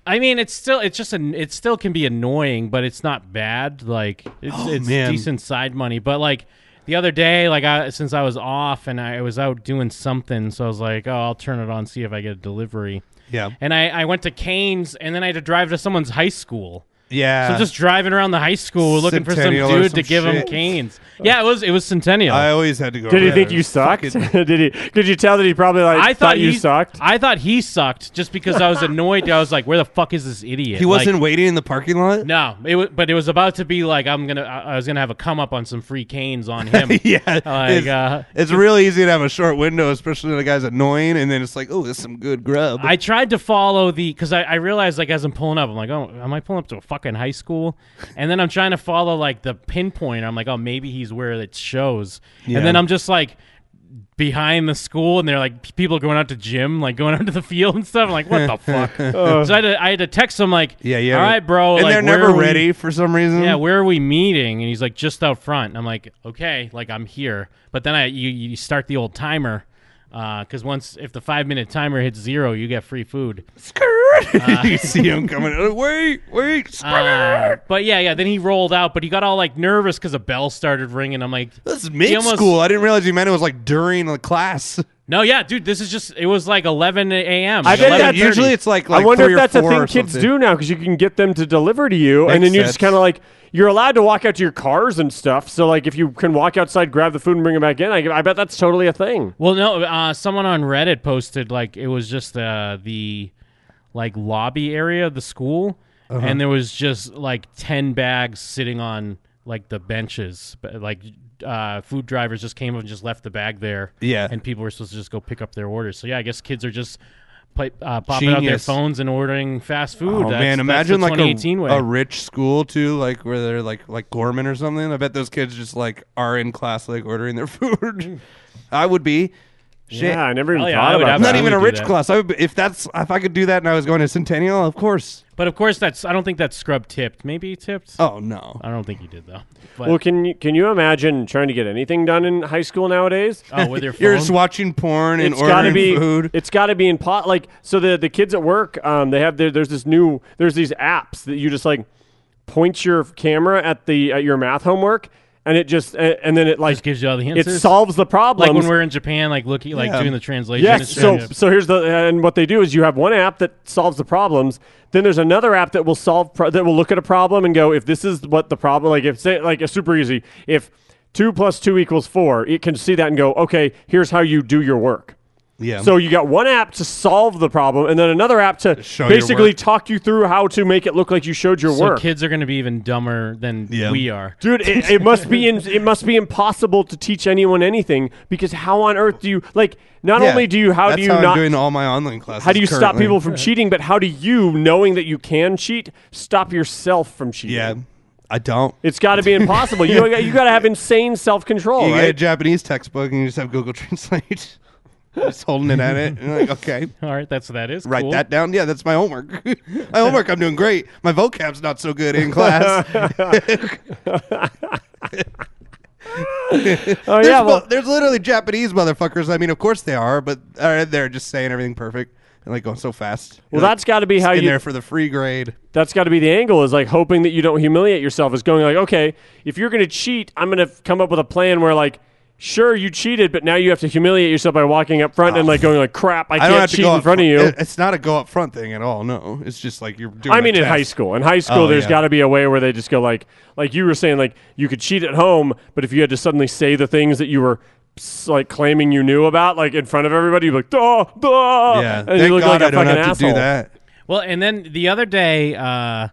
I mean, it's still it's just an it still can be annoying, but it's not bad. Like it's Oh, it's man. decent side money. But like the other day, like I since I was off and I was out doing something, so I was like, oh, I'll turn it on, see if I get a delivery. Yeah, And I I went to Canes, and then I had to drive to someone's high school. yeah. So I'm just driving around the high school looking for some Centennial or dude some to give him shit. canes. Yeah, it was it was Centennial. I I, always had to go. Did he around. think you sucked? Did he? Could you tell that he probably like thought, you he- sucked? I thought he sucked just because I was annoyed. I was like, "Where the fuck is this idiot?" He Like, wasn't waiting in the parking lot. no, it was, but it was about to be like I'm gonna. I I was gonna have a come up on some free canes on him. yeah, Like, it's, uh, it's real easy to have a short window, especially when the guy's annoying, and then it's like, oh, there's some good grub. I tried to follow the because I, I realized like as I'm pulling up, I'm like, oh, am I pulling up to a fucking high school? And then I'm trying to follow like the pinpoint. I'm like, oh, maybe he's where it shows. Yeah. And then I'm just like behind the school, and they're like p- people going out to gym, like going out to the field and stuff. I'm like, what the fuck? So I had, to, I had to text him like, Uh. yeah, yeah. all right, bro. And like, they're where never are we- ready for some reason. Mm-hmm. yeah, where are we meeting? And he's like, just out front. And I'm like, okay, like I'm here. But then I you, you start the old timer because once if the five minute timer hits zero, you get free food. you see him coming. Oh, wait, wait. Uh, but yeah, yeah. Then he rolled out, but he got all like nervous because a bell started ringing. I'm like, this is he mid almost- school. I didn't realize you meant it was like during the class. no, yeah, dude, this is just. It was like 11 a.m. I like bet 11:30. that's- usually it's like, like I wonder three if or that's a four thing or kids something. do now because you can get them to deliver to you, Makes and then you just sense. kind of like you're allowed to walk out to your cars and stuff. So like if you can walk outside, grab the food, and bring it back in, I, I bet that's totally a thing. Well, no, uh, someone on Reddit posted like it was just uh, the like lobby area of the school, Uh-huh. and there was just like ten bags sitting on like the benches, But, like. Uh, food drivers just came up and just left the bag there. Yeah. and people were supposed to just go pick up their orders. So yeah, I guess kids are just play, uh, popping out their Genius. phones and ordering fast food. Oh That's- man, that's imagine the like 2018 a, way. a rich school too, like where they're like like Gorman or something. I bet those kids just like are in class like ordering their food. I would be. Shit. Yeah, I never Hell even Oh, yeah, I thought would about I'm have that. not even a do rich that. class. I would be, if that's if I could do that and I was going to Centennial, of course. but of course, that's I don't think that's scrub tipped. Maybe tipped. Oh no. I don't think you did though. But, Well, can you, can you imagine trying to get anything done in high school nowadays? oh, with your phone. You're just watching porn and It's ordering be food. it's got to be in pot like so the the kids at work um they have their, there's this new there's these apps that you just like point your camera at the at your math homework and it just a- and then it like Just gives you all the it answers. solves the problem like when we're in Japan, like looking, like Yeah. doing the translation. Yes. it's So, just- so here's the and what they do is you have one app that solves the problems. Then there's another app that will solve pro- that will look at a problem and go if this is what the problem like if say like it's super easy if two plus two equals four it can see that and go okay here's how you do your work. Yeah. So you got one app to solve the problem, and then another app to show your basically work. talk you through how to make it look like you showed your So work. kids are going to be even dumber than Yeah. we are. Dude, it, it must be in, it must be impossible to teach anyone anything because how on earth do you like? Not Yeah. only do you how That's do you how not I'm doing all my online classes? how do you stop currently. people from cheating, but how do you knowing that you can cheat stop yourself from cheating? Yeah, I don't. It's got to be impossible. you you got to have insane self control, you get a right? Japanese textbook and you just have Google Translate. just holding it at it. And you're like, okay, All right, that's what that is. write Cool. that down. Yeah, that's my homework. my homework, I'm doing great. My vocab's not so good in class. Oh there's, yeah, mo- well, there's literally Japanese motherfuckers. I mean, of course they are, but uh, they're just saying everything perfect and like going so fast. well You're like, that's got to be how in you there for the free grade. that's got to be the angle is like hoping that you don't humiliate yourself is going like okay if you're going to cheat i'm going to come up with a plan where like sure you cheated but now you have to humiliate yourself by walking up front and like going like crap i, Oh. I, can't don't have to cheat go in up front of fr- you it- It's not a go up front thing at all. No, it's just like you're doing. I a mean, in high test. school. In high school, Oh, there's yeah. got to be a way where they just go like, like you were saying, like you could cheat at home, but if you had to suddenly say the things that you were s- like claiming you knew about, like in front of everybody, you're like, duh, duh, Yeah, and thank uh, you look God like a I don't fucking have to asshole. do that. Well, and then the other day, uh,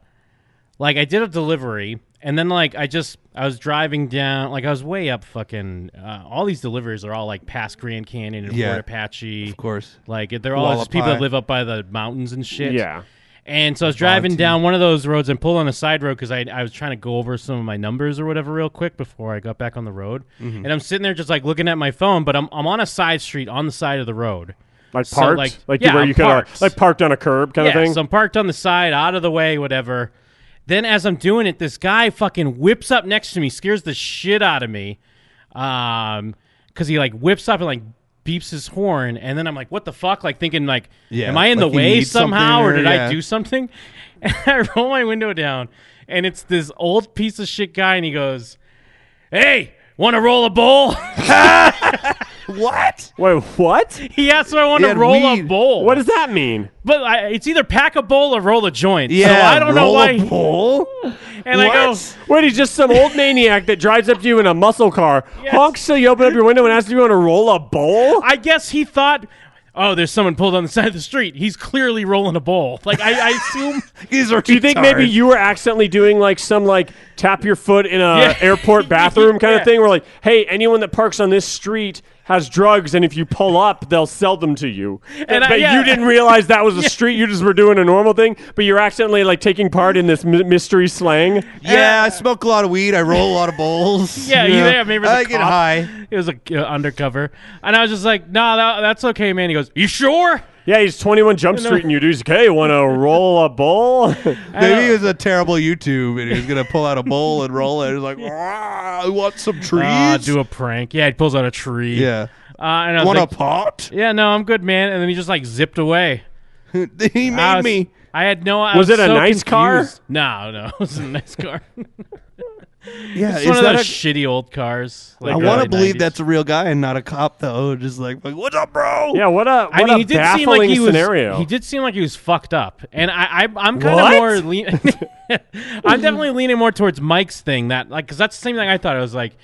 like I did a delivery, and then like I just I was driving down, like I was way up fucking. Uh, all these deliveries are all like past Grand Canyon and Yeah. Fort Apache, Of course. Like they're all just people Hualapai. that live up by the mountains and shit. Yeah. And so I was driving Bonte. down one of those roads and pulled on a side road because I, I was trying to go over some of my numbers or whatever real quick before I got back on the road. Mm-hmm. And I'm sitting there just like looking at my phone, but I'm, I'm on a side street on the side of the road. Like So, parked, like- like yeah, you, where I'm you could parked. like parked on a curb kind yeah, of thing. so I'm parked on the side, out of the way, whatever. Then as I'm doing it, this guy fucking whips up next to me, scares the shit out of me, um, because he like whips up and like beeps his horn, and then I'm like, what the fuck? Like thinking like, Yeah, am I in like the you way need somehow, something or or- did yeah. I do something? And I roll my window down, and it's this old piece of shit guy, and he goes, "Hey, want to roll a bowl?" What? Wait, what? he asked if I want He to had roll a weed. bowl. What does that mean? But I, it's either pack a bowl or roll a joint. so Yeah, I don't know roll why. a bowl? And I go, Wait, he's just some old maniac that drives up to you in a muscle car, honks till you open up your window and asks if you want to roll a bowl. I guess he thought, oh, there's someone pulled on the side of the street. He's clearly rolling a bowl. Like I, I assume. He's a Do you think maybe retard. you were accidentally doing like some like tap your foot in a Yeah. airport bathroom kind Yeah. of thing? Where like, hey, anyone that parks on this street has drugs, and if you pull up, they'll sell them to you. And I- but yeah. you didn't realize that was a street. You just were doing a normal thing, but you're accidentally like taking part in this m- mystery slang. Yeah, I smoke a lot of weed. I roll a lot of bowls. Yeah, you there? Maybe I the get cop. high. It was a uh, undercover, and I was just like, "No, that, that's okay, man." He goes, "You sure?" Yeah, he's 21 Jump Street, and you do. He's like, hey, want to roll a bowl? Maybe it was a terrible YouTube, and he was gonna pull out a bowl and roll it. He's like, "Ah, I want some trees. Ah, do a prank. Yeah, he pulls out a tree. yeah, uh, and I was want like, a pot? "Yeah, no, I'm good, man." And then he just like zipped away. he made I was- me. I had no. I Was it a so nice car? confused. No, no, it was a nice car. Yeah, it's one of those shitty old cars. I Like uh, want early to believe 90s. that's a real guy and not a cop, though. Just like, like what's up, bro? yeah, what a what I mean, a he did baffling seem like he was. scenario. He did seem like he was fucked up, and I, I I'm kind of What? more. lean I'm definitely leaning more towards Mike's thing that like because that's the same thing I thought. I was like,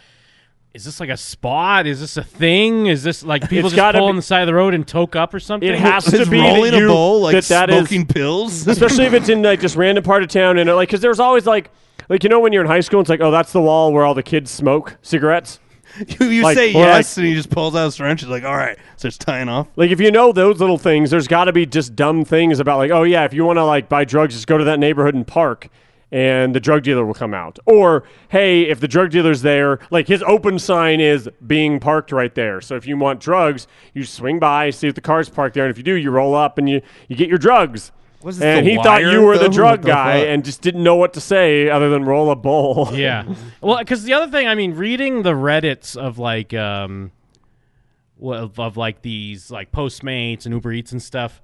is this like a spot? Is this a thing? Is this like people It's just gotta pull be- on the side of the road and toke up or something? It has to Is be rolling that you, a bowl like that that is- smoking pills. especially if it's in like just random part of town and like because there's always like like you know when you're in high school it's like oh that's the wall where all the kids smoke cigarettes you you like- say or like- yes, and he just pulls out his wrench. He's like, all right, so it's tying off. like if you know those little things there's got to be just dumb things about like oh yeah if you want to like buy drugs just go to that neighborhood and park and the drug dealer will come out or hey if the drug dealer's there like his open sign is being parked right there so if you want drugs you swing by see if the car's parked there and if you do you roll up and you you get your drugs Was this and The he thought Wire, you were though? the drug What the guy fuck? and just didn't know what to say other than roll a bowl. yeah. Well, because the other thing, I mean, reading the reddits of like, um, well, of, of like these like Postmates and Uber Eats and stuff,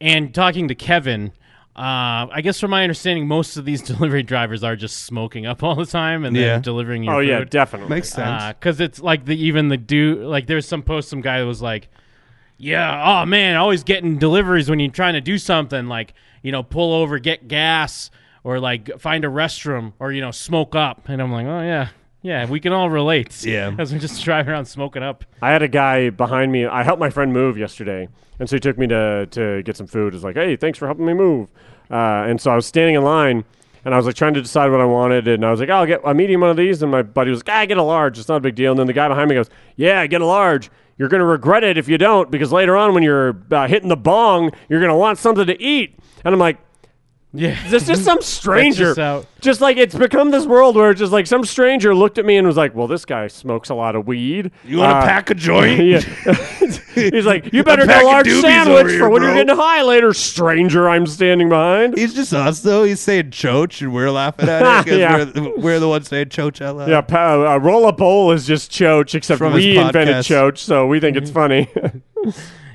and talking to Kevin. Uh, I guess from my understanding, most of these delivery drivers are just smoking up all the time and Yeah. then delivering your Oh food. yeah, definitely. Makes Ah. sense. Because Uh, it's like the even the dude like there's some post some guy that was like, yeah, oh man, always getting deliveries when you're trying to do something like you know pull over, get gas, or like find a restroom, or you know smoke up. And I'm like, oh yeah, Yeah, we can all relate. Yeah. As we just drive around smoking up. I had a guy behind me. I helped my friend move yesterday, and so he took me to to get some food. He's like, "Hey, thanks for helping me move." Uh, and so I was standing in line, and I was like trying to decide what I wanted, and I was like, "Oh, "I'll get a medium one of these," and my buddy was like, "I get a large. It's not a big deal." And then the guy behind me goes, "Yeah, get a large." You're gonna regret it if you don't, because later on when you're uh, hitting the bong, you're gonna want something to eat. And I'm like, yeah, this is some stranger. That's just out. Just like it's become this world where it's just like some stranger looked at me and was like, "Well, this guy smokes a lot of weed. Uh, You wanna pack a joint? Ah. yeah. uh, He's like, "You A better pack get a of large doobies sandwich over for here, when you're bro." getting high later, stranger." I'm standing behind. He's just us though. He's saying choach, and we're laughing at it because Yeah. we're, the- we're the ones saying choach out loud. yeah, pa- uh, roll a bowl is just choach, except From his we invented podcast. choach, so we think it's funny.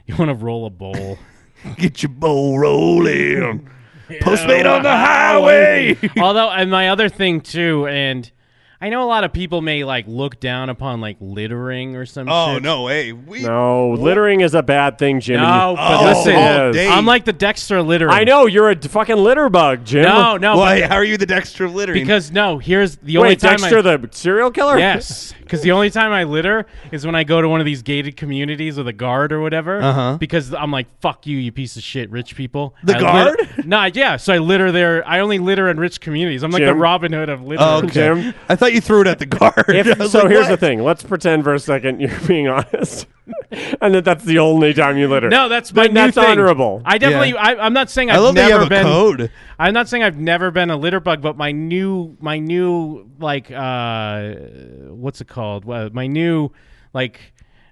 You want to roll a bowl. Get your bowl rolling. Postmate on the highway. highway. Although, and my other thing too, and I know a lot of people may like look down upon like littering or some. Oh shit. no way! We no, littering is a bad thing, Jimmy. No, but Oh, listen, all day. I'm like the Dexter littering. I know you're a d- fucking litter bug, Jim. No, no. but- the Dexter of littering? Because no, here's the only Wait, time Dexter I, the serial killer? Yes, because the only time I litter is when I go to one of these gated communities with a guard or whatever. Uh-huh. Because I'm like, "Fuck you, you piece of shit, rich people." The I guard? Lit- nah, yeah. So I litter there. I only litter in rich communities. I'm like the Jim? Robin Hood of litter. Oh, okay. Jim? I thought you threw it at the guard. If- I was so like, here's what? the thing. Let's pretend for a second you're being honest, and that that's the only time you litter. No, that's my Then new that's thing. honorable. I definitely. Yeah. I, I'm not saying I I've love that never you have a been. code. I'm not saying I've never been a litter bug, but my new, my new, like, uh, what's it called? Well, my new, like,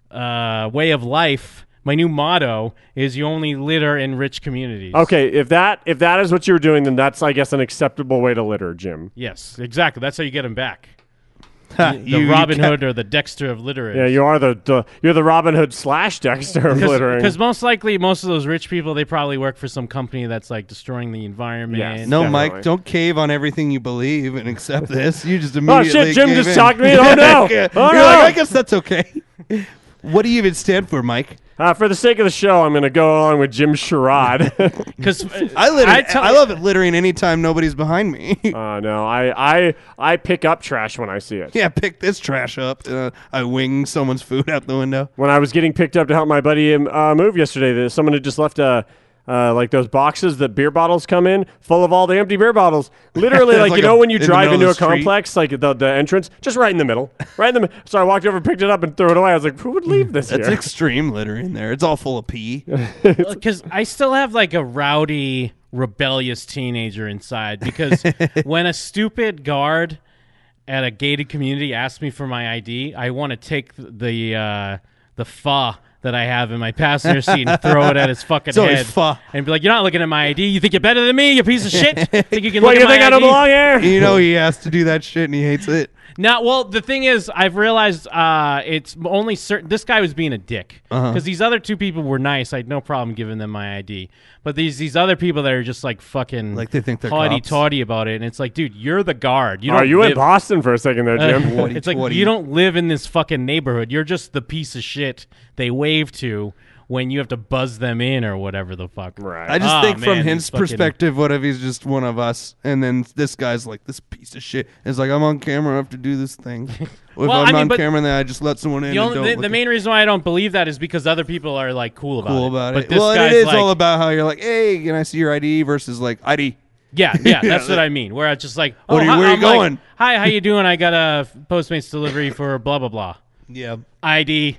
uh, way of life. My new motto is: you only litter in rich communities. Oh. okay, if that if that is what you're doing, then that's I guess an acceptable way to litter, Jim. Yes, exactly. That's how you get them back. Ha, The you- you Robin can't- Hood or the Dexter of littering. Yeah, you are the, the you're the Robin Hood slash Dexter of littering. Because most likely, most of those rich people, they probably work for some company that's like destroying the environment. Yes. No, Definitely. Mike, don't cave on everything you believe and accept this. You just Oh immediately. shit! Jim gave just in. talked me. Oh no! You're Oh like, no! I guess that's okay. What do you even stand for, Mike? uh, for the sake of the show, I'm going to go along with Jim Sherrod. Because I litter. I, tell- love it littering anytime nobody's behind me. uh, no, I, I I pick up trash when I see it. yeah, pick this trash up. Uh, I wing someone's food out the window. when I was getting picked up to help my buddy um, uh, move yesterday, that someone had just left a. Uh, like those boxes that beer bottles come in, full of all the empty beer bottles. Literally, It's like, like you a- know, when you in the drive middle of into the a street. complex, like the the entrance, just right in the middle, right in the. mi- So I walked over, picked it up, and threw it away. I was like, who would leave this That's here? extreme littering. There, it's all full of pee. because I still have like a rowdy, rebellious teenager inside. Because when a stupid guard at a gated community asks me for my ID, I want to take the uh, the fa that I have in my passenger seat and throw it at his fucking It's always head pho. and be like, "You're not looking at my ID. You think you're better than me? You piece of shit. Think you can what look you at my think I don't ID?" belong here? you know he has to do that shit and he hates it. Now, well, the thing is, I've realized uh, it's only certain. This guy was being a dick because Uh-huh. these other two people were nice. I had no problem giving them my ID, but these these other people that are just like fucking Like they think they're cops. haughty toddy about it, and it's like, dude, you're the guard. You Oh, don't you live- in Boston for a second there, Uh, Jim? it's like Toddy. you don't live in this fucking neighborhood. You're just the piece of shit they wave to when you have to buzz them in or whatever the fuck. right. I just Ah, think from man, his these fucking- perspective, what if he's just one of us? And then this guy's like, this piece of shit. It's like, I'm on camera. I have to do this thing. Or if Well, I'm I mean, on but- camera, then I just let someone in. The, and only, don't the, look the main reason why I don't believe that is because other people are like cool about cool it. about but it. This Well, guy's it is like, all about how you're like, hey, can I see your ID versus like ID? Yeah, yeah, that's what that- I mean. Where I just like, oh, What are you- hi- where are you I'm like, going? Hi, how you doing? I got a Postmates delivery for blah blah blah Yeah. ID.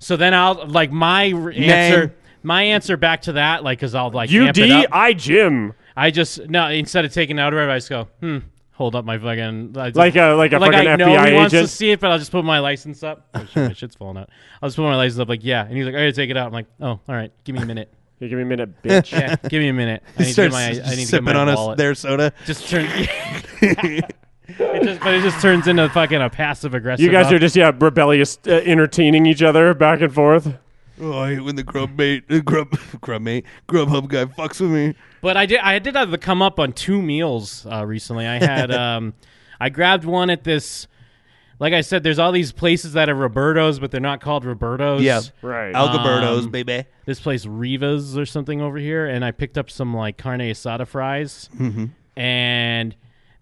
So then I'll like my r- Name. answer, my answer back to that, like, cause I'll like amp it UD, up. I Jim. I just no instead of taking it out of it, I just go, hmm, hold up my fucking I just- Like a- like a fucking I know FBI he wants to agent. see it, but I'll just put my license up. Oh, shit, my shit's falling out. I'll just put my license up, like yeah, and he's like, I gotta take it out. I'm like, oh, all right, give me a minute. You give me a minute, bitch. Yeah, give me a minute. I need to get Starts my, I need to get sipping my on wallet us their soda. just turn. it just, but it just turns into fucking a passive aggressive. You guys are just yeah rebellious, uh, entertaining each other back and forth. Oh, I hate when the grub mate, uh, grub, grub mate, Grubhub guy fucks with me. But I did. I did have the come up on two meals uh, recently. I had. um, I grabbed one at this. Like I said, there's all these places that are Roberto's, but they're not called Roberto's. Yeah. Right. Alberto's Um, baby. This place Rivas or something over here, and I picked up some like carne asada fries, and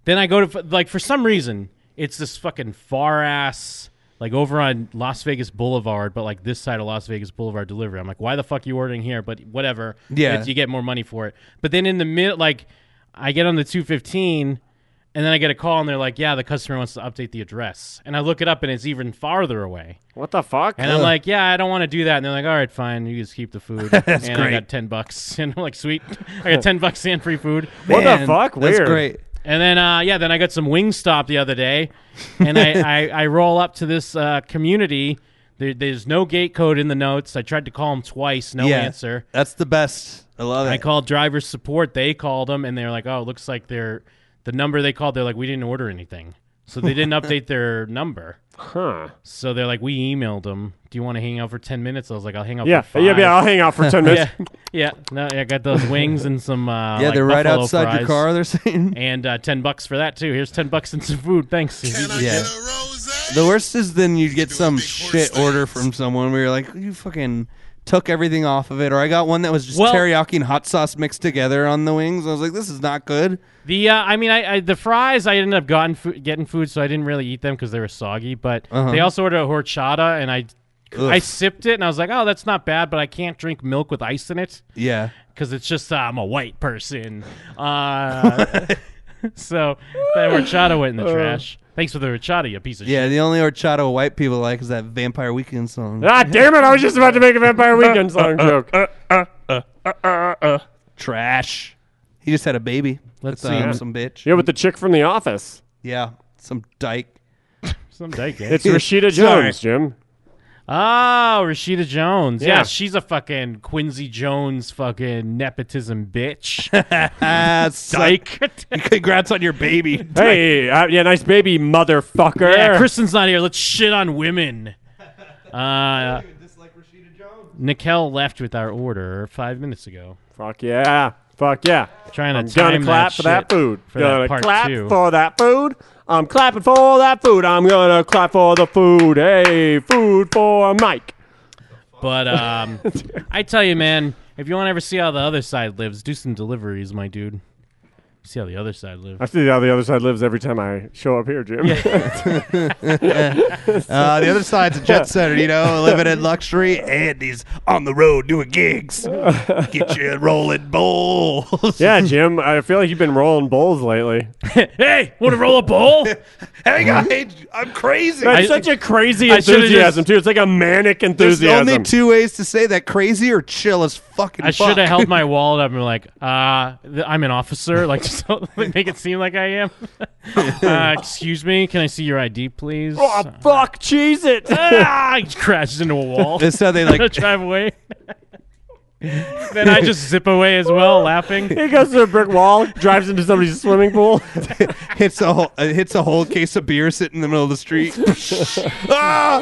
then I go to like for some reason It's this fucking far ass like over on Las Vegas Boulevard, but like this side of Las Vegas Boulevard delivery. I'm like, why the fuck you ordering here? But whatever. Yeah. It's- you get more money for it. But then in the mid, like, I get on the 215, and then I get a call, and they're like, yeah, the customer wants to update the address. And I look it up, and it's even farther away. What the fuck? And I'm like, yeah, I don't want to do that. And they're like, all right, fine, you just keep the food. and I great. got ten bucks, and I'm like, sweet, I got ten bucks and free food. What the Man, fuck? that's Weird. great. And then, uh, yeah, then I got some Wingstop the other day, and I, I, I roll up to this uh, community. There, there's no gate code in the notes. I tried to call them twice, no Yeah. answer. That's the best. I love it. I called driver support. They called them, and they were like, "Oh, it looks like they're the number they called. They're like, we didn't order anything, so they didn't update their number. Huh. So they're like, we emailed them. Do you want to hang out for ten minutes? I was like, I'll hang out. Yeah, for yeah, five." yeah. I'll hang out for ten minutes. yeah, yeah. No, yeah, I got those wings and some. Uh, yeah, like, they're right buffalo outside your fries. car. They're saying. And uh, ten bucks for that too. Here's ten bucks and some food. Thanks. Yeah. The worst is then you get some shit order from someone where you're like, you fucking took everything off of it. Or I got one that was just Well- teriyaki and hot sauce mixed together on the wings. I was like, this is not good. The uh, I mean, I, I the fries I ended up gotten fo- getting food, so I didn't really eat them because they were soggy. But Uh-huh. they also ordered a horchata, and I I Ugh. sipped it, and I was like, oh, that's not bad, but I can't drink milk with ice in it Yeah. because it's just uh, I'm a white person. Uh, so that horchata went in the trash. Thanks for the horchata, you piece of Uh. Yeah, shit. the only horchata white people like is that Vampire Weekend song. Ah, damn it! I was just about to make a Vampire Weekend song joke. Trash. He just had a baby. Let's with, see. um, some bitch. Yeah, with the chick from The Office. Yeah, some dyke. Some dyke. eh? It's Rashida Sorry. Jones, Jim. Oh, Rashida Jones. Yeah. Yeah. she's a fucking Quincy Jones fucking nepotism bitch. Ah, dyke. Dyke. Congrats on your baby. Hey, uh, yeah, nice baby, motherfucker. Yeah, Kristen's not here. Let's shit on women. Uh, Nikel left with our order five minutes ago. Fuck yeah. Fuck yeah. Trying to I'm gonna time clap for that shit food. For gonna that part clap two. for that food. I'm clapping for that food. I'm gonna clap for the food. Hey, food for Mike. But um, I tell you, man, if you want to ever see how the other side lives, do some deliveries, my dude. See how the other side lives. I see how the other side lives every time I show up here, Jim. Uh, the other side's a jet setter, you know, living in luxury, and he's on the road doing gigs. Get you rolling bowls. yeah, Jim. I feel like you've been rolling bowls lately. hey, want to roll a bowl? hey guys, I'm crazy. That's such a crazy I should've enthusiasm just- too. It's like a manic There's enthusiasm. only two ways to say that: crazy or chill as fucking. I fuck. should have held my wallet up and been like, uh, th- I'm an officer. Like, just don't make it seem like I am. uh, excuse me, can I see your ID, please? oh fuck, cheese it. ah, he crashes into a wall. That's how they I like. drive away. then I just zip away as well, laughing. he goes to a brick wall, drives into somebody's swimming pool. hits a whole, uh, hits a whole case of beer sitting in the middle of the street. ah!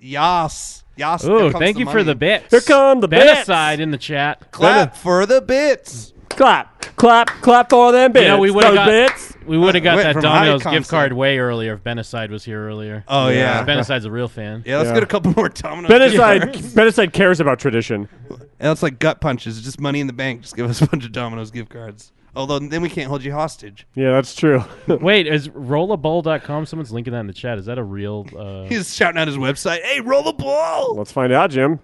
Yas, yas. there Ooh, comes thank you for money. the bits. Here come the Bet bits. aside in the chat. clap for the bits. clap, clap, clap for them bits. You know, we would've Those got- bits. We would have got Wait, that from Domino's High gift Concept. card way earlier if Benicide was here earlier. Oh yeah, yeah. Benicide's a real fan. let's Yeah. get a couple more Domino's. Benicide, Benicide cares about tradition. And it's like gut punches. It's just money in the bank. Just give us a bunch of Domino's gift cards. Although then we can't hold you hostage. Yeah, that's true. Wait, is rollabowl.com? Someone's linking that in the chat. Is that a real uh, He's shouting out his website. Hey, roll the ball. Let's find out, Jim.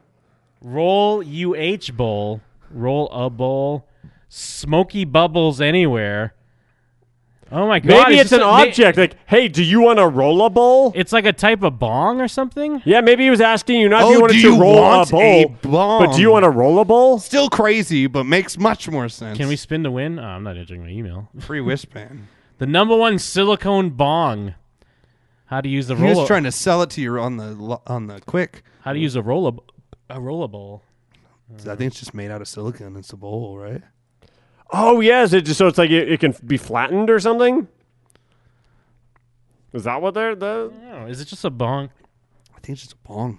roll UH bowl? Roll a bowl. Smoky bubbles anywhere. Oh my god. Maybe is it's this an a- ma- object. Like, hey, do you want to roll a bowl? It's like a type of bong or something? Yeah, maybe he was asking you not if Oh, you wanted do to you roll want a a bowl, bomb? but do you want to roll a bowl? Still crazy, but makes much more sense. Can we spin to win? Oh, I'm not entering my email. free wristband? The number one silicone bong. How to use the He roller? was trying to sell it to you on the lo- on the quick. how to use a roller a roller bowl. I think it's just made out of silicon. It's a bowl, right? Oh yes, it just so it's like it, it can be flattened or something. Is that what they're? The, Oh, is it just a bong? I think it's just a bong.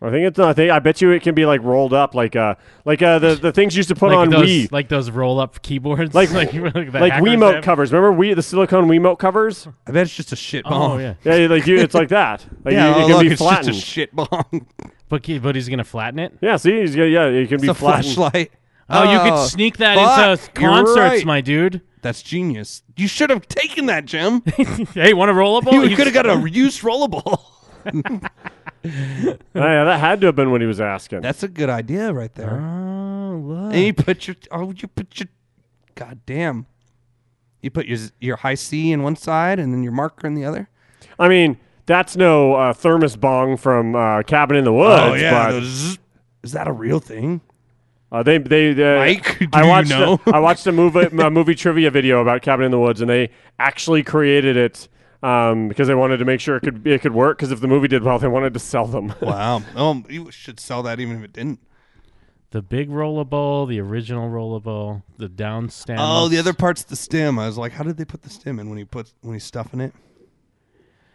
I think it's not. I, think, I bet you it can be like rolled up, like uh, like uh, the the things you used to put Like on those, Wii, like those roll up keyboards? Like- like, like, the like hackers Wiimote have? covers. Remember we the silicone Wiimote covers? I bet it's just a shit bong. Oh, yeah. Yeah, like you, it's like that. Like Yeah, you, it oh, can look, be it's just a flattened. shit bong. But, he- but he's going to flatten it? yeah, see, he's, yeah, it can It's be a flattened. flashlight. Oh, you could sneak that into fuck, you're concerts, right. my dude. That's genius. You should have taken that, Jim. hey, want a rollable? Oh, You could have got a used rollable. Oh, yeah, that had to have been what he was asking. That's a good idea right there. Oh, look. And you put your oh, you put your god damn. You put your your high C in one side and then your marker in the other. I mean, that's no uh, thermos bong from uh, Cabin in the Woods. but, Oh, those- is that a real thing? Uh, they they uh, Mike, do I you watched know? A, I watched a movie a movie trivia video about Cabin in the Woods, and they actually created it um, because they wanted to make sure it could it could work. Because if the movie did well, they wanted to sell them. Wow. Oh, you should sell that even if it didn't. The big rollable, the original rollable, the down stem. Oh, the other part's the stem. I was like, how did they put the stem in when he puts when he's stuffing it?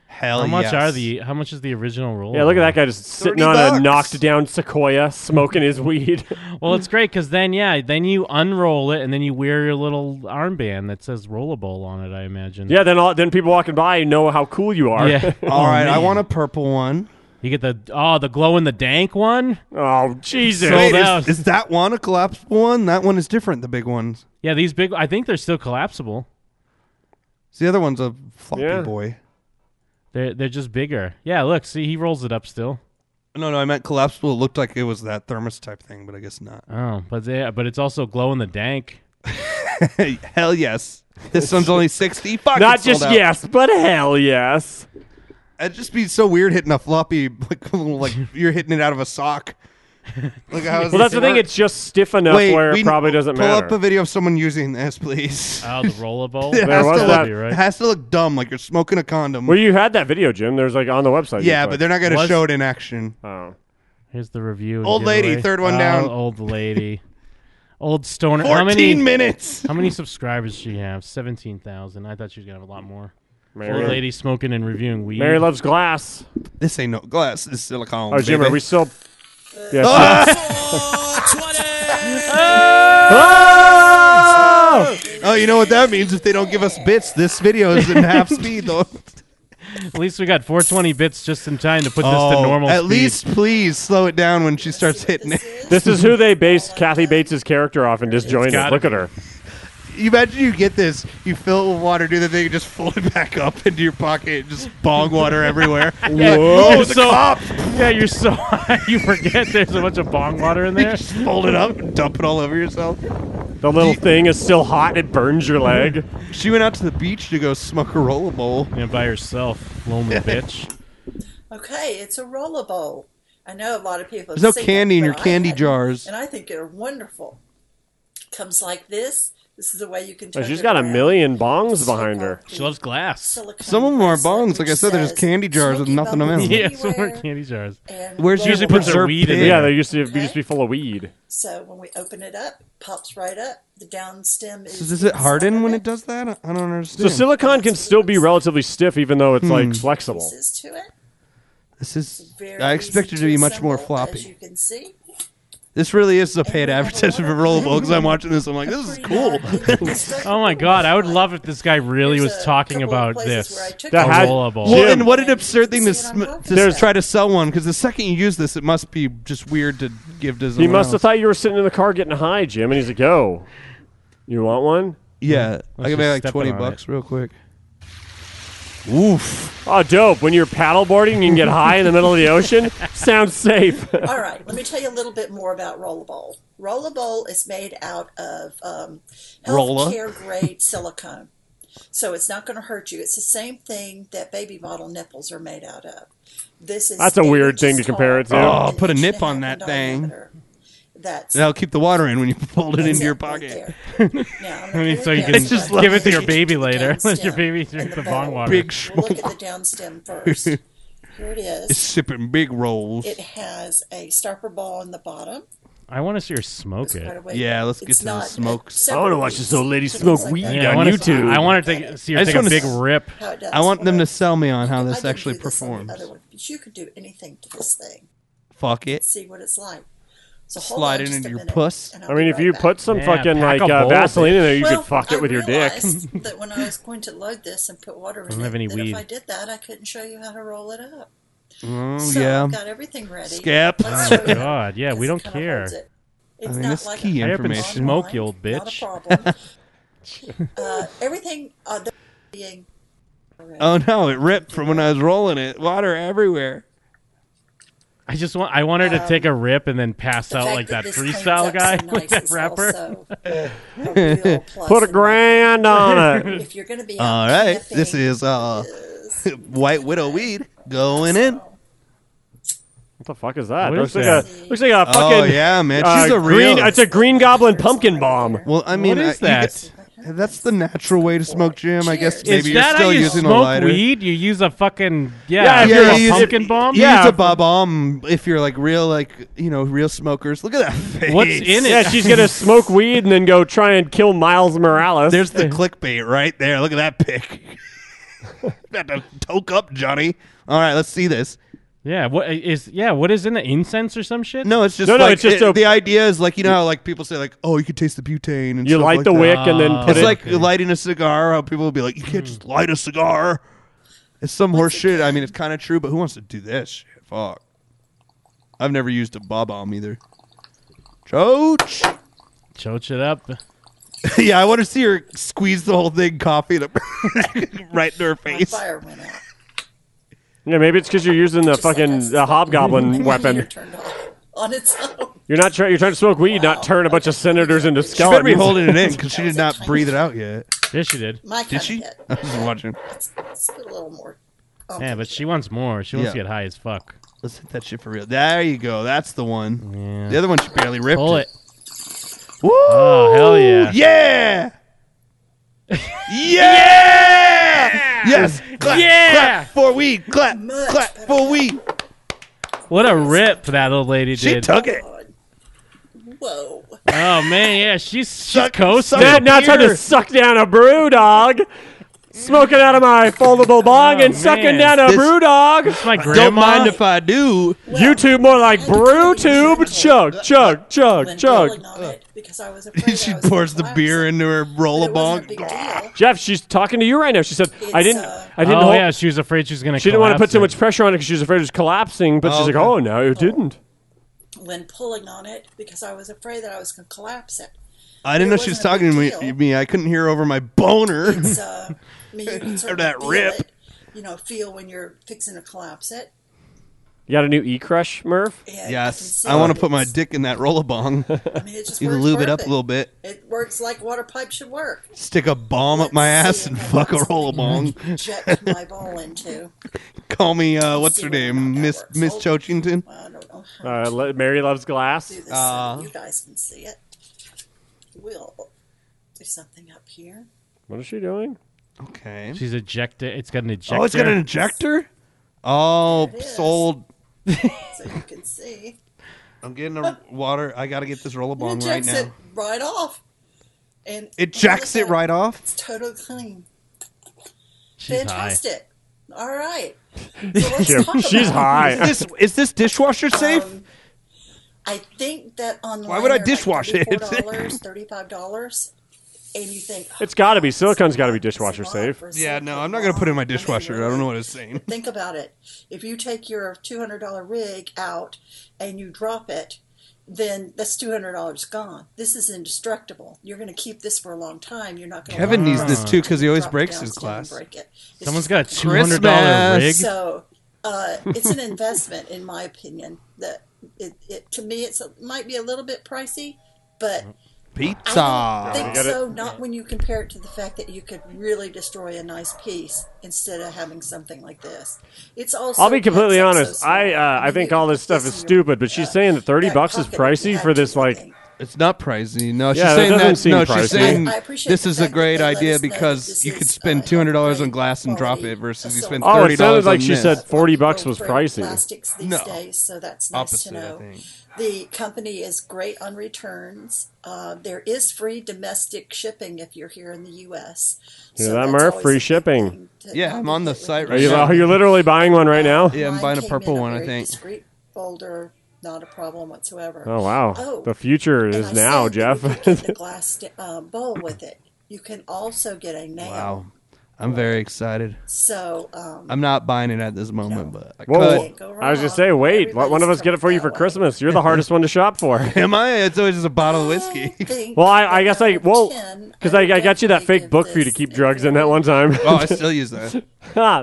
Hell, How much yes. are the? How much is the original rollable? yeah, look at that guy just sitting 30 on a bucks. knocked down sequoia, smoking his weed. Well, it's great because then, yeah, then you unroll it and then you wear your little armband that says rollable on it. I imagine. yeah, then all, then people walking by know how cool you are. Yeah. All right, I want a purple one. You get the oh the glow in the dank one. oh Jesus! So- Sold Wait, out. is, is that one a collapsible one? That one is different. The big ones. Yeah, these big. I think they're still collapsible. So the other one's a floppy Yeah. boy. They're they're just bigger. Yeah, look, see, he rolls it up still. No, no, I meant collapsible. It looked like it was that thermos type thing, but I guess not. Oh, but they, but it's also glow in the dank. Hell yes. This one's only sixty. Fuck, Not it's sold just out. yes, but hell yes. It'd just be so weird hitting a floppy like, like you're hitting it out of a sock. Like how is Well, that's the thing. work? It's just stiff enough Wait, where we it probably doesn't pull matter. up a video of someone using this, please. Oh, the rollable. It there has was to that- look, it has to look dumb, like you're smoking a condom. well, you had that video, Jim. There's like on the website. yeah, but they're not going to Was- show it in action. not. Here's the review. and Old lady, giveaway. third one Oh, down. Old lady, old stoner. how 14 many, minutes. How many subscribers does she have? Seventeen thousand. I thought she was gonna have a lot more. Mary, Old lady smoking and reviewing weed. Mary loves glass. This ain't no glass. This is silicone. Oh, Jim, baby. are we still? Yeah. oh, you know what that means? If they don't give us bits, this video is in half speed, though. At least we got 420 bits just in time to put this Oh, to normal. at speed. least, please slow it down when she starts hitting it. This is who they based Kathy Bates' character off and disjointed. gotta Look at her. You imagine you get this, you fill it with water, do the thing, you just fold it back up into your pocket, just bong water everywhere. Oh, You're Whoa. so, Yeah, you're so high, you forget there's a bunch of bong water in there. just fold it up and dump it all over yourself. The little thing is still hot. It burns your leg. She went out to the beach to go smoke a rollable. Yeah, by yourself, lonely bitch. Okay, it's a rollable. I know a lot of people. have There's no seen candy it, in your but I candy hadn't, jars. and I think they're wonderful. Comes like this. This is the way you can. Oh, Turn she's it got a around. million bongs behind her. She loves glass. Silicone Some of them are bracelet, bongs. Like I which said, they're just says, candy jars with "Smoking nothing on 'em. bubbles Yeah, some more anywhere candy jars. and Where's your Usually puts her rollable." preserve weed in pig? there. Yeah, they used to be- used to be full of weed. So when we open it up, pops right up. The down stem is. So does it harden inside when of it does that? I- I don't So Hmm. understand. silicon can still be relatively stiff, even though it's like flexible. Pieces to it. this is. Very I expected it to easy be much more assemble, As floppy. you can see, This really is a paid we have a advertisement for lot of- rollable because I'm watching this. I'm like, this is Pretty cool. darn easy. Oh my god, I would love if this guy really There's was a talking couple of about places this. where I took a That had- rollable. Well, Jim. and what an absurd thing to, See what sm- I'm talking to about? try to sell one because the second you use this, it must be just weird to give to someone He must have else. thought you were sitting in the car getting high, Jim, and he's like, "Yo, you want one?" Yeah, I just can make like step it twenty on bucks real quick. Oof! Oh, dope! When you're paddleboarding, you can get high in the middle of the ocean. Sounds safe. All right, let me tell you a little bit more about Rollerball. Rollerball is made out of um, Rolla? healthcare grade silicone. So it's not going to hurt you. It's the same thing that baby bottle nipples are made out of. This is That's a eight weird inches thing to compare it to. tall, Oh, put a an inch nip and on half that in thing. diameter. That's That'll keep the water in when you fold it that's into your it right pocket. there. Now, I'm I mean, gonna so you put can it It's just down. give it to like- your baby Down later. Let your stem baby and drink the bowl. bong water. Big We'll look schmoll. at the down stem first. Here it It's is. sipping big rolls. It has a stopper ball on the bottom. I want to see her smoke it. Right away. Yeah, let's get It's to the not a smoke. separate I wanna watch piece. this old lady So it smoke looks like weed that. on Yeah, I wanna- YouTube. I want to see her I just take a wanna big s- rip. How it does. I want them to sell me on how I this didn't actually do this on the performs. other one, but you could do anything to this thing. Fuck it. See what it's like. So Slide hold on it just into a your minute, puss. and I'll I mean, be if right you back. put some Yeah, fucking pack like a uh, bowl, Vaseline in there, you well, could fuck it I with your dick. realized that when I was going to load this and put water in Doesn't it, have any that weed. if I did that, I couldn't show you how to roll it up. Oh so yeah. I've got everything ready. Skip. Let's show you how- Oh, God, yeah, we because it don't kinda care. holds it. It's not like a- I happen to online, Smoke you old not a bitch. problem. uh, everything uh, they're being Oh no, it ripped from when I was rolling it. Water everywhere. I just want I want her to take a rip and then pass out Um, fact like that that this cleans freestyle up guy so with nice that is rapper. also a real plus Put a in grand life. on it. If you're going to be All right, this is uh, White Widow weed going in. What the fuck is that? What looks is like that? a looks like a Oh, fucking yeah, man. uh, She's a green, real- It's a green goblin pumpkin bomb. Well, I mean, what is I- you that? get- that's the natural way to smoke, Jim. I guess Is maybe you're that still how you using smoke a lighter. weed? You use a fucking yeah, if you're a you use- pumpkin bomb. you use a bob bomb if you're like real, like you know, real smokers. Look at that face. Yeah, she's gonna smoke weed and then go try and kill Miles Morales. There's the clickbait right there. Look at that pic. About to toke up, Johnny. All right, let's see this. Yeah, what is yeah? What is in the incense or some shit? No, it's just like, it- the idea is like you know how like people say like oh you can taste the butane and You stuff light like the that. wick and then put it's it- like lighting a cigar. How people will be like you can't just light a cigar. It's some horse shit. I mean, it's kind of true, but who wants to do this shit? Fuck. I've never used a bob bomb either. Choach. Choach it up. yeah, I want to see her squeeze the whole thing, coffee, and right into her face. yeah, maybe it's because you're using the fucking the hobgoblin weapon. on its own. You're not trying. You're trying to smoke weed, not turn a bunch of senators into She better skeletons. be holding it in because she did not breathe it out yet. Yeah, she did. My Did kind she? of I was watching. Let's, let's put a little more. Oh, Yeah, but she wants more. She wants Yeah. to get high as fuck. Let's hit that shit for real. There you go. That's the one. The other one she barely ripped. Pull it. Woo! Oh hell yeah! Yeah! yeah! Yes! Clap, Yeah! Clap for weed. Clap. Clap for weed. What a rip that old lady She did. took it. Whoa. Oh man, yeah, she's she's coasting. Matt now trying Here. to suck down a brew dog. Smoking out of my foldable bong and sucking Oh, man. down a This- brew dog. my Don't mind if I do. YouTube more like brew tube. Chug, chug, chug, chug. she pours the beer into her roll bong. Jeff, she's talking to you right now. She said, "I didn't, uh, I didn't." oh hold- yeah, she was afraid she was gonna. she didn't want to put collapse too it. much pressure on it because she was afraid it was collapsing. But Oh, she's like, okay. "Oh no, it didn't." When pulling on it, because I was afraid that I was going to collapse it. I didn't know she was talking to me, me. I couldn't hear over my boner. It's, uh, I mean, you can sort of that feel rip. It, you know, feel when you're fixing to collapse it. You got a new E Crush, Murph? yes. I want to put my dick in that roll bong. It just you works lube it up a perfect. little bit. It works like water pipe should work. Stick a bomb up my ass and fuck a roll bong. Inject my ball into. Call me uh, what's her name, Miss Miss Chochington. Uh, le- Mary loves glass. Do this Uh, so you guys can see it. We'll do something up here. what is she doing? Okay. She's ejected. It's got an ejector. Oh, it's got an injector. Oh, It is. sold. So you can see. I'm getting a water. I gotta get this roll It bong right ejects now. it right off. And It jacks it right off. It's totally clean. She's high. Fantastic. All right. So let's Yeah, talk about she's it. high. Is this is this dishwasher Uh, safe? I think that online. Why would I they're like dishwash it? $34, $35. And you think, "Oh, It's got to be. Silicon's got to be dishwasher safe. Yeah, no, I'm not gonna put it in my dishwasher. I don't know what it's saying. think about it. If you take your $200 rig out and you drop it, then that's $200 gone. This is indestructible. You're going to keep this for a long time. You're not going to. Kevin needs this too because he always breaks his glass. Break it. Someone's got a two hundred dollar rig. So uh, it's an investment, in my opinion. That it, it to me, it's a, might be a little bit pricey, but Pizza. I think so. Not when you compare it to the fact that you could really destroy a nice piece instead of having something like this. It's also I'll be completely it's also honest. small. I uh, I think all this stuff is stupid, but uh, she's saying that thirty bucks is pricey for this like. It's not pricey. No, she's Yeah, that saying doesn't that. seem no, pricey. she's saying I- I appreciate this the is a fact that uh, great they let idea us know because you could spend two hundred dollars on glass and drop it versus you spend Oh, thirty it sounded dollars like on she this. said forty bucks was for pricey. Plastics these No. days, so that's nice Opposite, to I know. think. The company is great on returns. Uh, there is free domestic shipping if you're here in the U.S. Hear So that, that's Murph? always Free a- shipping. Yeah, I'm on the site Are right you, now. are you literally buying one right now? Yeah, I'm Mine buying a came purple in one, I very think. Discreet folder, not a problem whatsoever. Oh wow, Oh, the future is and I now, said that Jeff. you could get the glass uh, bowl with it. You can also get a nail. Wow. I'm very excited. So, um, I'm not buying it at this moment, but I Well, could. I was gonna say, wait, let one of us get it for you for Christmas. You're the hardest one to shop for. Am I? It's always just a bottle of whiskey. Well, I, I guess I well, because I, I got you that fake book for you to keep drugs in that one time. Ah, Oh, I still use that.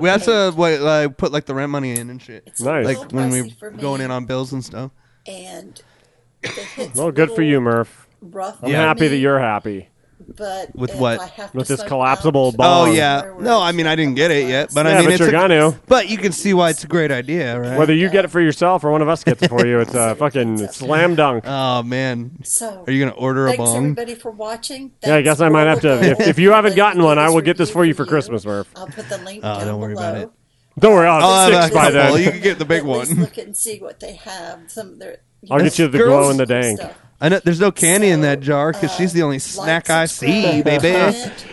we have to wait, like, put like the rent money in and shit. It's Nice. a little Like when we pricey for me. going in on bills and stuff. and it hits Well, a good for little you, Murph. Rough I'm on happy that me, you're happy. But With if what? I have With to this smoke collapsible bomb. Oh yeah. No, I mean I didn't get it yet, but Yeah, I mean but it's you're a- gonna. But you can see why it's a great idea, right? Whether you get it for yourself or one of us gets it for you, it's a fucking slam dunk. Oh man. So Are you gonna order a Thanks bomb? everybody for watching. Yeah, I Thanks guess I might have to. Rollable. If, if you haven't gotten one, I will get this for you for Christmas, Murph. I'll put the link Oh, down don't worry below. about it. Don't worry, I'll I'll have have six a by couple. then. You can get the big At least one. look and see what they have. Some of their. I'll get you the Girls- glow in the dank. I know there's no candy in that jar because she's the uh, only snack I see, baby.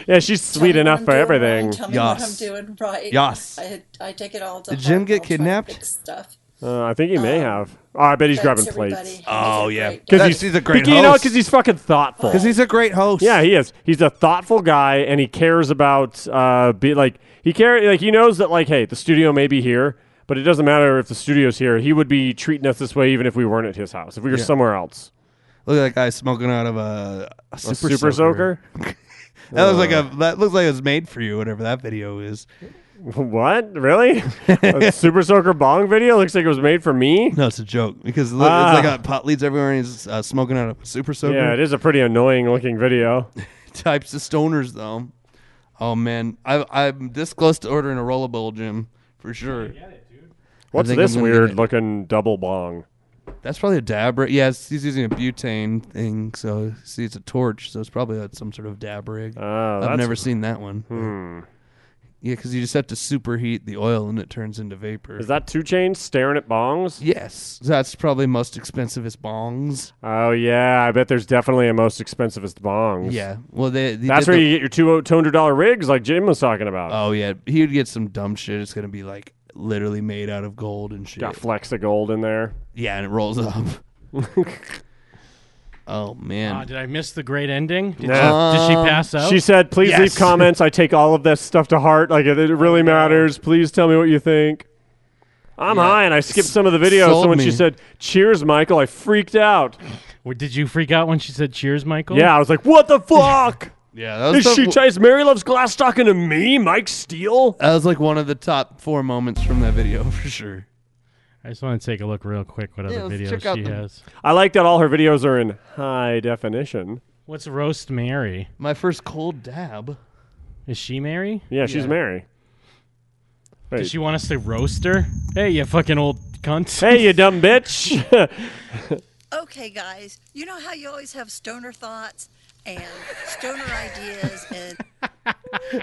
yeah, she's sweet enough for everything. Tell me what I'm doing right. Yes. I, I take it all to Did Jim heart. get I'll try to kidnapped? fix Stuff. Uh, I think he may have. Oh, I bet he's grabbing plates. Oh yeah, Because That's- he's, a great You know, host. because he's fucking thoughtful. 'Cause he's a great host. Yeah, he is. He's a thoughtful guy, and he cares about uh, be like he care like he knows that like hey, the studio may be here, but it doesn't matter if the studio's here. He would be treating us this way even if we weren't at his house. If we were Yeah. somewhere else. Look at that guy smoking out of a, a super, super that was like Uh. a that looks like it was made for you, whatever that video is. What really? a super soaker bong video looks like it was made for me. No, it's a joke because look, Ah. it's like got pot leads everywhere, and he's uh, smoking out of a super soaker. Yeah, it is a pretty annoying looking video. types of stoners though. Oh man, I, I'm this close to ordering a rollable, Jim, for sure. What's think I'm this gonna get weird looking double bong? That's probably a dab. Rig. Yeah, it's- he's using a butane thing. So see, it's a torch. So it's probably uh, some sort of dab rig. I've Oh, that's- Hmm. never seen that one. Yeah, because you just have to superheat the oil and it turns into vapor. Is that two chains staring at bongs? Yes, that's probably most expensivest bongs. Oh yeah, I bet there's definitely a most expensivest bongs. Yeah, well they, they that's did where the- you get your two two hundred dollar rigs, like Jim was talking about. Oh yeah, he would get some dumb shit. It's gonna be like literally made out of gold and shit. Got flecks of gold in there. Yeah, and it rolls up. oh man. Uh, did I miss the great ending? Did, Nah. she, did she pass out? She said, "Please leave comments. I take all of this stuff to heart. Like it, it really matters. Please tell me what you think." I'm high, and I skipped some of the videos. Sold so when me. she said, "Cheers, Michael," I freaked out. Or did you freak out when she said "Cheers, Michael"? Yeah, I was like, "What the fuck?" yeah, Is she Chase Mary loves glass talking to me, Mike Steele? That was like one of the top four moments from that video for sure. I just want to take a look real quick what other let's videos check out she the- has. I like that all her videos are in high definition. What's roast Mary? My first cold dab. Is she Mary? Yeah, she's Mary. Wait. Does she want us to roast her? Hey, you fucking old cunt! Hey, you dumb bitch! Okay, guys, you know how you always have stoner thoughts and stoner ideas and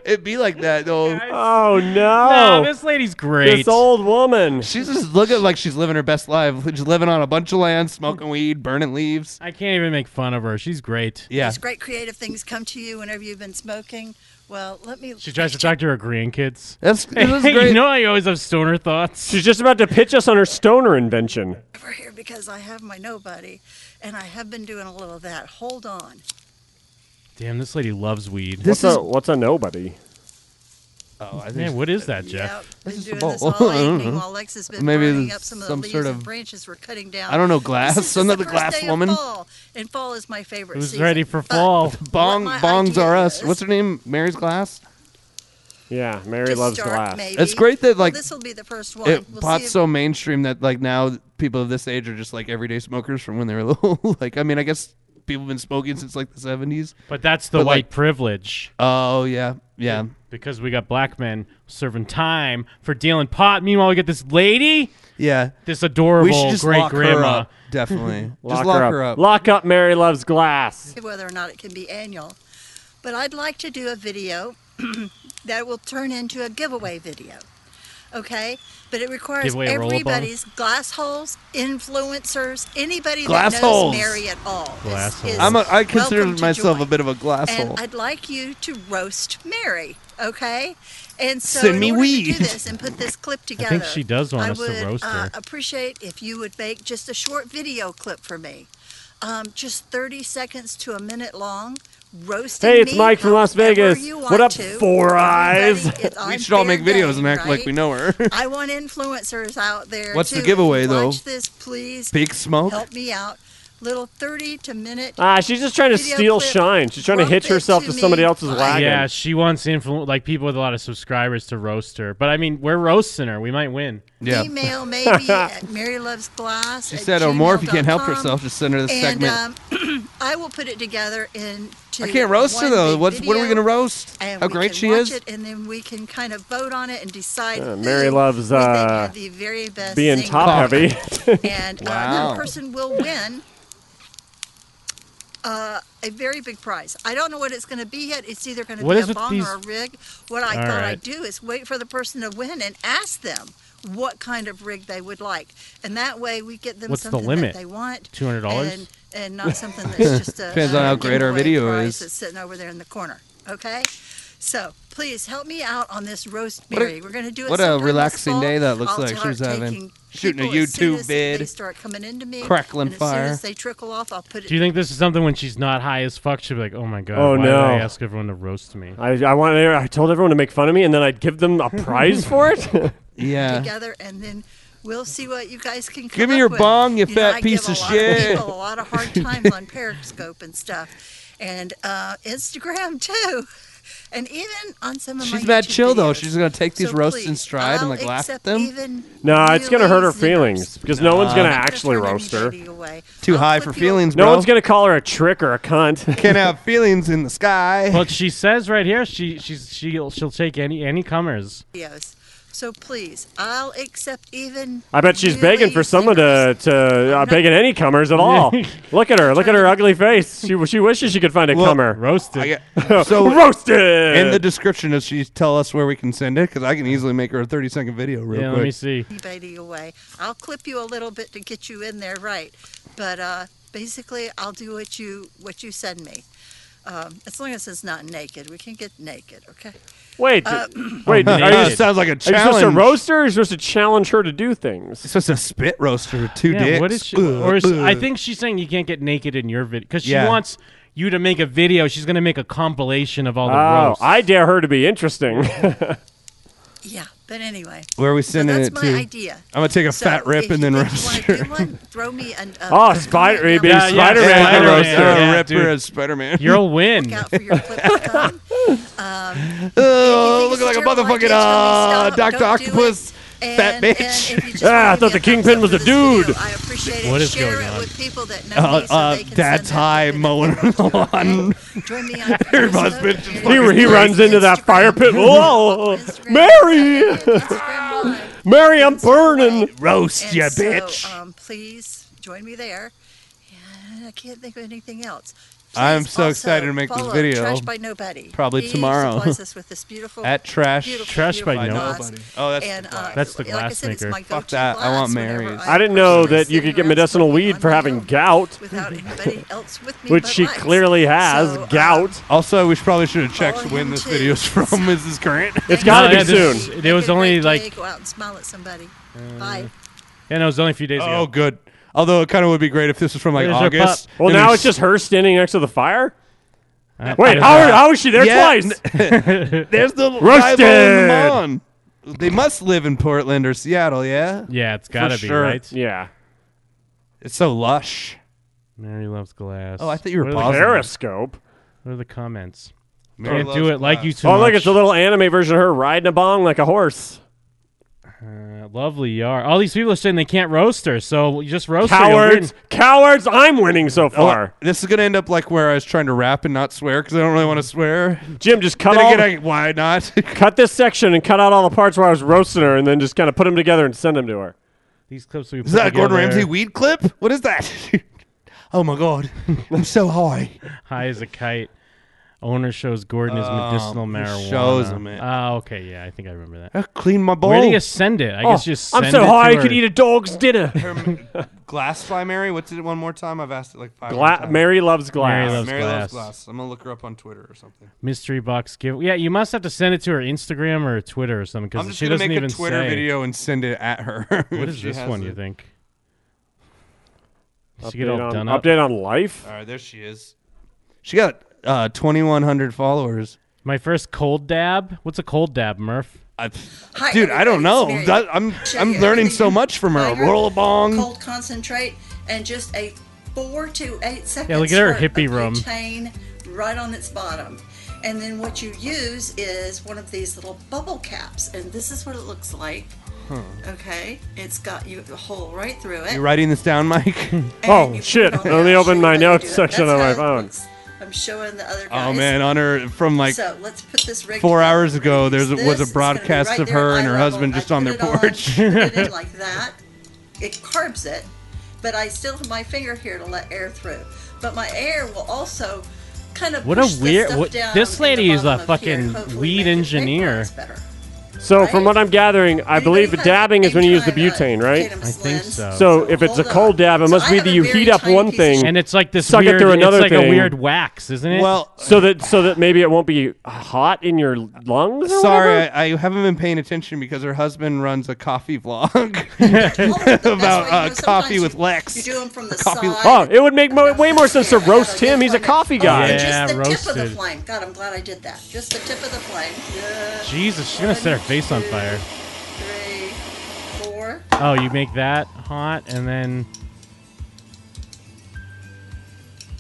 It'd be like that though. Oh no! Nah, this lady's great. This old woman. She's just looking like she's living her best life. She's living on a bunch of land, Mm. smoking weed, burning leaves. I can't even make fun of her. She's great. Yeah. these great creative things come to you whenever you've been smoking. Well, let me. She tries to talk to her grandkids. That's, hey, that's You great. know I always have stoner thoughts. She's just about to pitch us on her stoner invention. over here because I have my nobody, and I have been doing a little of that. Hold on. Damn, this lady loves weed. what's a what's a nobody? Oh, I Man, what is that, Jeff? Been This is doing the this bowl. all I don't evening know. while Lex has been Maybe burning it's up some of the some leaves sort and of- branches we're cutting down. I don't know, This glass? is I'm the not the first glass day of woman. fall, and fall is my favorite Who's season. ready for fall? Bong my bongs idea are us. is- What's her name? Mary's glass. Yeah, Mary To loves start, glass. maybe. It's great that Well, like this'll be the first one. It We'll pot's see if- so mainstream that like now people of this age are just like everyday smokers from when they were little. like I mean, I guess people have been smoking since like the seventies. But that's the But, white like- privilege. Oh yeah, yeah. Because we got black men serving time for dealing pot. Meanwhile, we get this lady, Yeah. this adorable just great lock her grandma. up, definitely. Just Lock, lock her, up. her up. Lock up Mary loves glass. whether or not it can be annual. But I'd like to do a video that will turn into a giveaway video. Okay? But it requires Giveaway a roll of everybody's glass holes, influencers, anybody Glass that knows holes. Mary at all. Glass is- hole. I'm a, I welcome consider to myself join. a bit of a glass and hole. I'd like you to roast Mary, okay? And so Send in me order to weed. do this and put this clip together, she does want I us to would, roast uh, her. appreciate if you would make just a short video clip for me, um, just 30 seconds to a minute long, roasting Hey, it's me Mike from Las however Vegas. you What want up, to. Four Eyes? Everybody, it- we I'm should all fair make videos game, and act like right? we know her. I want influencers out there. What's too. the giveaway, If you though? Watch this, please. Big smoke? Help me out. Little thirty to minute. Ah, she's just trying to video steal clip. shine. She's trying to Rope hitch it herself to to somebody me. Uh, else's wagon. Yeah, she wants influ- like people with a lot of subscribers to roast her. But I mean, we're roasting her. We might win. Email maybe at Mary Loves Glass. She said, or more if you can't help gmail.com. herself, just send her this and, segment. Um, I will put it together into. I can't roast her one though. big What's, what are we video, gonna roast? And How we great can she watch is. It, and then we can kind of vote on it and decide. Yeah, who Uh, Mary loves we think uh, had the very best being singer. top heavy. and uh, that person will win uh, a very big prize. I don't know what it's going to be yet. It's either going to What be is a with bong these- or a rig. What I All thought right. I'd do is wait for the person to win and ask them what kind of rig they would like, and that way we get them What's the something limit? that they want. $200? and- And not something that's just a Depends on a how great our giveaway video prize is. That's sitting over there in the corner. Okay, so please help me out on this roast, What a- Mary. We're going to do it. What a sometime this relaxing fall. day that looks I'll like she start was having. taking Shooting a people as soon YouTube as They vid. start coming into me. Crackling and as soon fire. as they trickle off, I'll put it. Do you think this is something when she's not high as fuck? She'll be like, "Oh my god, Oh, why did I no. ask everyone to roast me?" I, I want. I told everyone to make fun of me, and then I'd give them a prize for it. Together, and then we'll see what you guys can. Come Give me up your with. bong, you know, fat I piece give of a Lot shit. of people a lot of hard times on Periscope and stuff, and uh, Instagram too, and even on some of my. She's mad YouTube chill though. videos. She's gonna take these So roasts in please, stride and I'll like laugh at accept them. even No, it's gonna hurt her feelings because no one's gonna Nah. actually roast her. Too high for feelings, No bro. one's gonna call her a trick or a cunt. Can't have feelings in the sky. But she says right here, she she's she'll she'll take any any comers. videos. So please, I'll accept even. I bet she's begging for someone to to uh, begging any comers at all. look at her, look at her ugly face. She she wishes she could find a comer. Roasted. So roasted. In the description, does she tell us where we can send it? Because I can easily make her a thirty-second video real Yeah, quick. let me see. anybody away. I'll clip you a little bit to get you in there right, but uh, basically I'll do what you what you send me. Um, as long as it's not naked, we can get naked, okay? Wait, Uh, wait. Oh, are you- man. That sounds like a Are you supposed to challenge. roast her? Or are you supposed to challenge her to do things? It's just a spit roaster with two yeah, dicks. What is she? Ugh, or is, I ugh. think she's saying you can't get naked in your video because she Yeah. wants you to make a video. She's gonna make a compilation of all the Oh, roasts. I dare her to be interesting. Yeah, but anyway. Where are we sending so that's it my to? idea. I'm gonna take a fat rip and then roast her. Throw me an. Uh, Oh, Spider- it'd be Yeah, yeah, Spider-Man. yeah, Spider-Man. Spider-Man. Throw a Yeah, ripper dude. as Spider-Man. You'll win. uh-huh. Oh, look like a motherfucking uh, Doctor don't do Octopus, fat bitch. ah, I thought the kingpin was a dude. What is going on? Uh, uh, Dad's high mowing the lawn. Everybody's been just He, fucking he runs into that fire pit. Whoa, Mary, Mary, I'm burning. Roast And ya, so, bitch. uh, Um, please join me there. And I can't think of anything else. I'm Please so also excited to make this follow video. Trash by Nobody. Probably he tomorrow. supplies us with this beautiful At Trash- beautiful, Trash by beautiful Nobody. glass. Oh, that's the and, uh, That's the like I glass said, it's maker. my Fuck go-to that. I want glass Mary's. I didn't know that you could get medicinal weed for having gout, Without anybody else with me, which but um, she Lex. clearly has. uh, gout. Also, we should- probably should have checked when this video's from. Is this current? It's gotta be this- soon. It, was only Hey, like go out and smile at somebody. Bye. yeah, no, it was only a few days Oh, ago. good. Although it kind of would be great if this was from like There's her August. pup. Well, and now we it's just her standing next to the fire. Uh, Wait, there's how, that. how is she there Yeah. twice? There's the guy mowing Roasted. the lawn. They must live in Portland or Seattle, yeah? Yeah, it's For gotta be sure. right. Yeah. It's so lush. Mary loves glass. Oh, I thought you were What are the- pausing. Periscope. What are the comments? Mary Can't do loves it like you glass. too oh, much. look, it's a little anime version of her riding a bong like a horse. Uh, lovely yar. All these people are saying they can't roast her, so you just roast her. you'll Cowards, win. cowards! I'm winning so Oh, far. this is gonna end up like where I was trying to rap and not swear because I don't really want to swear. Jim, just cut Then all again, I- why not? cut this section and cut out all the parts where I was roasting her, and then just kind of put them together and send them to her. These clips we is that a put Gordon together- Ramsay weed clip? What is that? oh my god, I'm so high. High as a kite. Owner shows Gordon is medicinal who marijuana. Oh, shows him it? Ah, okay, yeah, I think I remember that. I clean my bowl. Where do you send it? I guess you just send Oh. I'm so it to high I her. could eat a dog's dinner. Um, glass by Mary. What's it one more time? I've asked it like five. more Gla- times. Mary loves glass. Mary loves Mary glass. loves glass. I'm gonna look her up on Twitter or something. Mystery box give. Yeah, you must have to send it to her Instagram or Twitter or something I'm because just she gonna doesn't make a even Twitter say. video and send it at her. What if is she this has one? it. You think? She Update, get all on, done up. update on life. All right, there she is. She got uh, 2,100 followers. My first cold dab. What's a cold dab, Murph? I, dude, I don't know. Mary. That- I'm Show I'm you learning everything so much from her. Fiber, Roll a bong. Cold concentrate and just a four to eight second. look at her squirt hippie of room. butane right on its bottom, and then what you use is one of these little bubble caps, and this is what it looks like. Okay, it's got you a hole right through it. You writing this down, Mike? Oh shit! Let me open my notes section on my phone. I'm showing the other guys. Oh man, on her from like so let's put this rig four down. hours ago. There's It's was this, a it's gonna be broadcast right of there at her and eye her level. husband just I on their put it on, porch. put it in like that. It carbs it, but I still have my finger here to let air through. But my air will also kind of What push a this weird. stuff What, down this in the lady is a bottom of here. fucking Hopefully lead engineer. So from what I'm gathering, I believe dabbing is when you use the uh, butane, right? I think so. So if it's a cold dab, it must be that you heat up one thing and it's like this suck weird, it through another it's like thing. a weird wax, isn't it? so that so that maybe it won't be hot in your lungs. or Sorry, whatever? I, I haven't been paying attention because her husband runs a coffee vlog about uh, coffee with Lex. You do them from the Coffee- side. Oh, it would make mo- way more sense to roast him. He's a coffee guy. Yeah, just the tip of roasted. the flame. God, I'm glad I did that. Just the tip of the flame. Yeah. Jesus, she's gonna set her face on fire. Three, four. Oh, you make that hot and then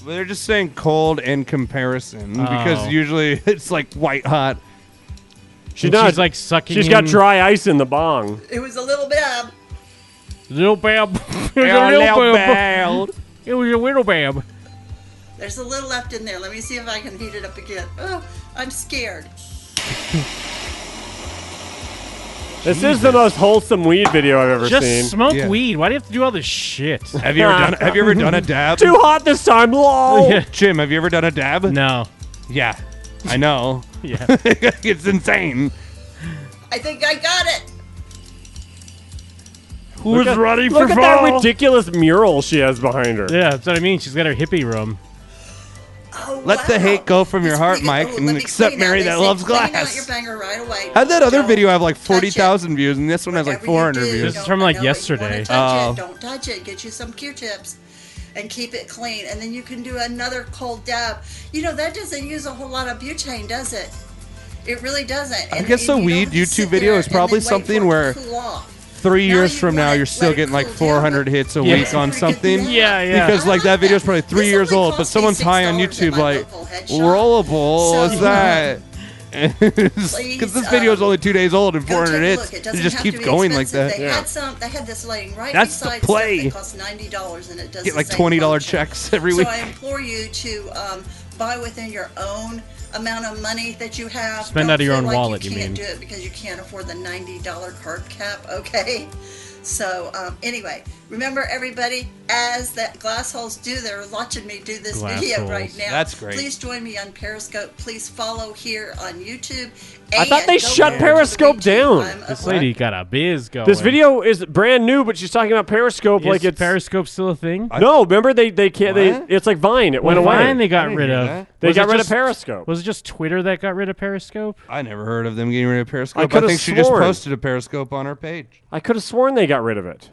Well, They're just saying cold in comparison Oh. because usually it's like white hot. She does. She's got dry ice in the bong. It was a little bab. little bab. It was a Yeah, little little bab. It was a little bab. There's a little left in there. Let me see if I can heat it up again. Oh, I'm scared. This is the most wholesome weed video I've ever Just seen. smoke weed. Why do you have to do all this shit? Have you ever done? Have you ever done a dab? Too hot this time, lol. Yeah. Jim, have you ever done a dab? No. Yeah, I know. Yeah. it's insane. I think I got it. Who's Look at- ready for Look at that fall? ridiculous mural she has behind her. Yeah, that's what I mean. She's got her hippie room. Oh, Let the hate go from your heart, Mike, and accept Clean out. Mary They that say loves clean out glass. your banger right away. How'd that other Don't video have like touch it. 40,000 views and this one has like Whatever you 400 do, views? This is from like yesterday. Touch it. Don't touch it. Get you some Q-tips and keep it clean. And then you can do another cold dab. You know, that doesn't use a whole lot of butane, does it? It really doesn't. I And- guess and the you don't weed have to YouTube sit video there is probably and then wait for it something to where cool off. three years from now you're still let it getting like cool down, 400 hits a Yeah. week on something. Yeah, yeah. Because I like that video's probably three years old, but someone's high on YouTube like, rollable, So- what's that? Because this video is only two days old and um, Go 400 take a hits. look. It It, doesn't just have to keeps be going like expensive. that. They had some. They had this laying right That's the beside play. stuff that cost ninety dollars, and it does Get the like same $20 function. checks every So week. I implore you to um, buy within your own amount of money that you have. Spend Don't out of your feel own like wallet, you You can't mean. do it because you can't afford the ninety dollar carb cap. Okay. So um, anyway, remember everybody, as that glass holes do, they're watching me do this Glass video holes. right now. That's great. Please join me on Periscope. Please follow here on YouTube. I thought they And go shut over to the Periscope down. This lady got a biz going. This video is brand new, but she's talking about Periscope Is like it's Periscope still a thing? No, remember they they can't What? they it's like Vine. It went Well, away. Vine they got rid of. They Was got it rid just- of Periscope. Was it just Twitter that got rid of Periscope? I never heard of them getting rid of I Periscope. I, coulda think she just sworn. posted a Periscope on her page. I could have sworn they got rid of it.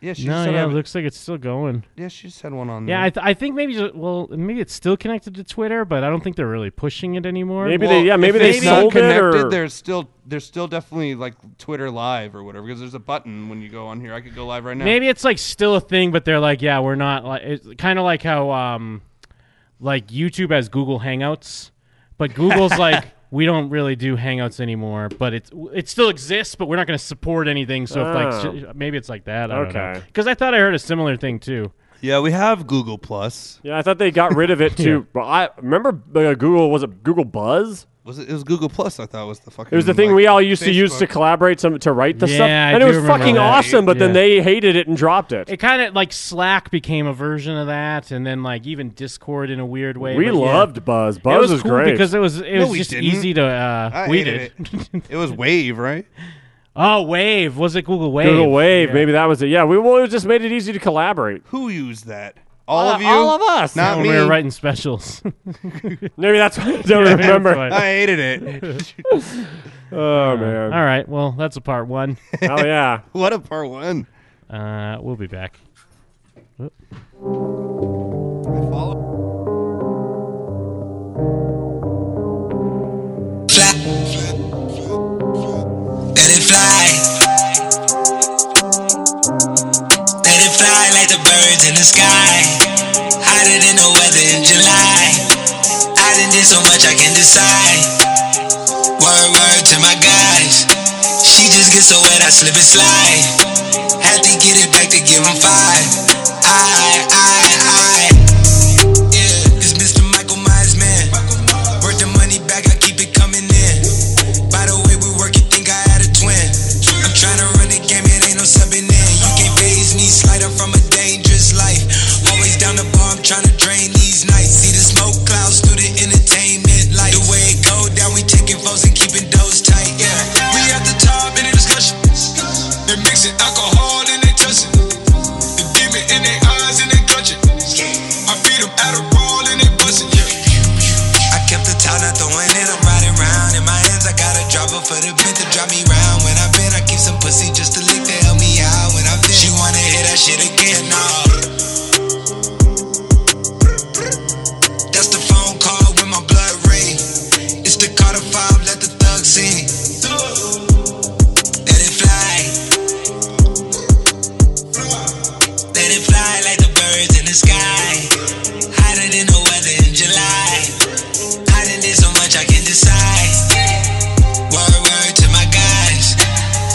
Yeah, she no, said yeah, I- "Oh, it looks like it's still going. Yeah, she just had one on Yeah, there. I, th- I think maybe ju- well, maybe it's still connected to Twitter, but I don't think they're really pushing it anymore. Maybe they- yeah, maybe if they it's sold not it connected, or- There's still there's still definitely like Twitter Live or whatever because there's a button when you go on here. I could go live right now. Maybe it's like still a thing, but they're like, yeah, we're not like it's kind of like how um, like YouTube has Google Hangouts, but Google's like we don't really do Hangouts anymore, but it's it still exists, but we're not going to support anything. So if like Oh. sh- maybe it's like that. I Okay. Because I thought I heard a similar thing too. Yeah, we have Google Plus. Yeah, I thought they got rid of it Yeah. too. But I remember uh, Google was it Google Buzz? Was it, it was Google Plus? I thought was the fucking. It was the thing we like, all used to use to Facebook. collaborate some to write the Mm, Yeah, stuff, I and it do was remember fucking that. awesome. But then Yeah. they hated it and dropped it. It kind of like Slack became a version of that, and then like even Discord in a weird way. We but yeah. loved Buzz. Buzz it was, was cool great. because it was it No, was we just didn't. easy to. Uh, I we did. hated It. It was Wave, right? Oh, Wave was it Google Wave? Google Wave, Yeah. maybe that was it. Yeah, we well, it just made it easy to collaborate. Who used that? All Uh, of you. all of us. Not when me. we were writing specials. Maybe that's why I don't Yeah, that's remember. right. I hated it. Oh man. All right, well that's a part one. Oh yeah. what a part one. Uh, we'll be back. I follow- the sky. Hotter than the weather in July. I done did so much I can decide. Word, word to my guys. She just gets so wet, I slip and slide. Had to get it back to give 'em five. I, I, I. Yeah, it's Mr. Michael Myers, man. Worth the money back, I keep it coming in. By the way, we work, you think I had a twin. I'm trying to run the game, it ain't no subbing in. You can't phase me, slide up from a dangerous life. Always down the bar, I'm trying to drain these nights. See the smoke clouds through the entertainment light. The way it go down, we taking foes and keeping those tight. Yeah, we at the top in the discussion. They mixing alcohol and they touching. The demon in their eyes and they clutching. I beat them at a roll and they busting. I kept the town, not throwing it, I'm riding round. In my hands, I got a dropper for the bent to drop me round. When I've been, I keep some pussy just to lick to help me out. When I've been, she wanna hear that shit again, nah. That's the phone call with my blood ring. It's the Carter 5, let the thugs in. Let it fly. Let it fly like the birds in the sky. Hotter than the weather in July. I done did so much I can decide. Word, word to my guys.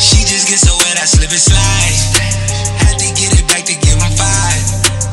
She just gets so wet, I slip and slide. Had to get it back to give 'em five.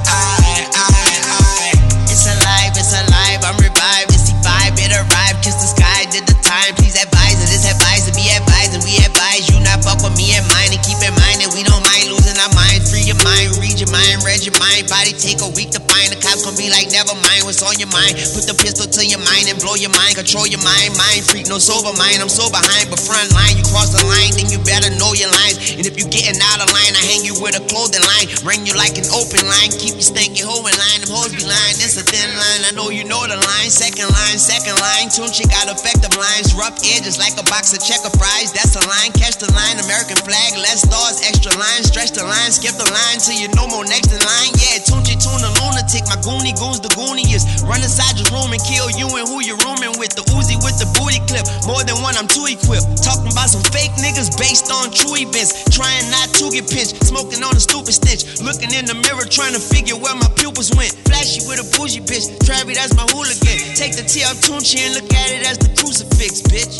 I, I, I. It's alive, it's alive, I'm revived. It's the vibe, it arrived. Kiss the sky, did the time. Please advise it, it's advised, be advised, and we advise you not fuck with me and mine. And keep in mind that we don't mind losing our minds. Free your mind, read your mind, read your mind. Body take a week to find. The cops gon' be like, never mind what's on your mind. Put the pistol to your mind and blow your mind. Control your mind, mind freak, no sober mind. I'm so behind, but front line. You cross the line, then you better know your lines. And if you getting out of line, I hang you with a clothing line. Ring you like an open line. Keep you stinking hoe in line. Them hoes be lying. It's a thin line. I know you know the line. Second line, second line. Tune chick got effective lines. Rough edges like a box of checker fries. That's a line. Catch the line. American flag. Less stars, extra line. Stretch the line. Skip the line till you no more next in line. Yeah, tune chick, tune a lunatic. My goonie goons, the gooniest. Run inside your room and kill you and who you rooming with. The Uzi with the booty clip. More than one, I'm too equipped. Talking about some fake niggas based on true events. Trying not to get pinched. Smoking on a stupid stench. Looking in the mirror, trying to figure where my pupils went. Flashy with a bougie bitch. Travi, that's my hooligan. Take the T out Tunchi and look at it as the crucifix, bitch.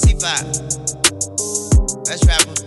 C5. That's rapper.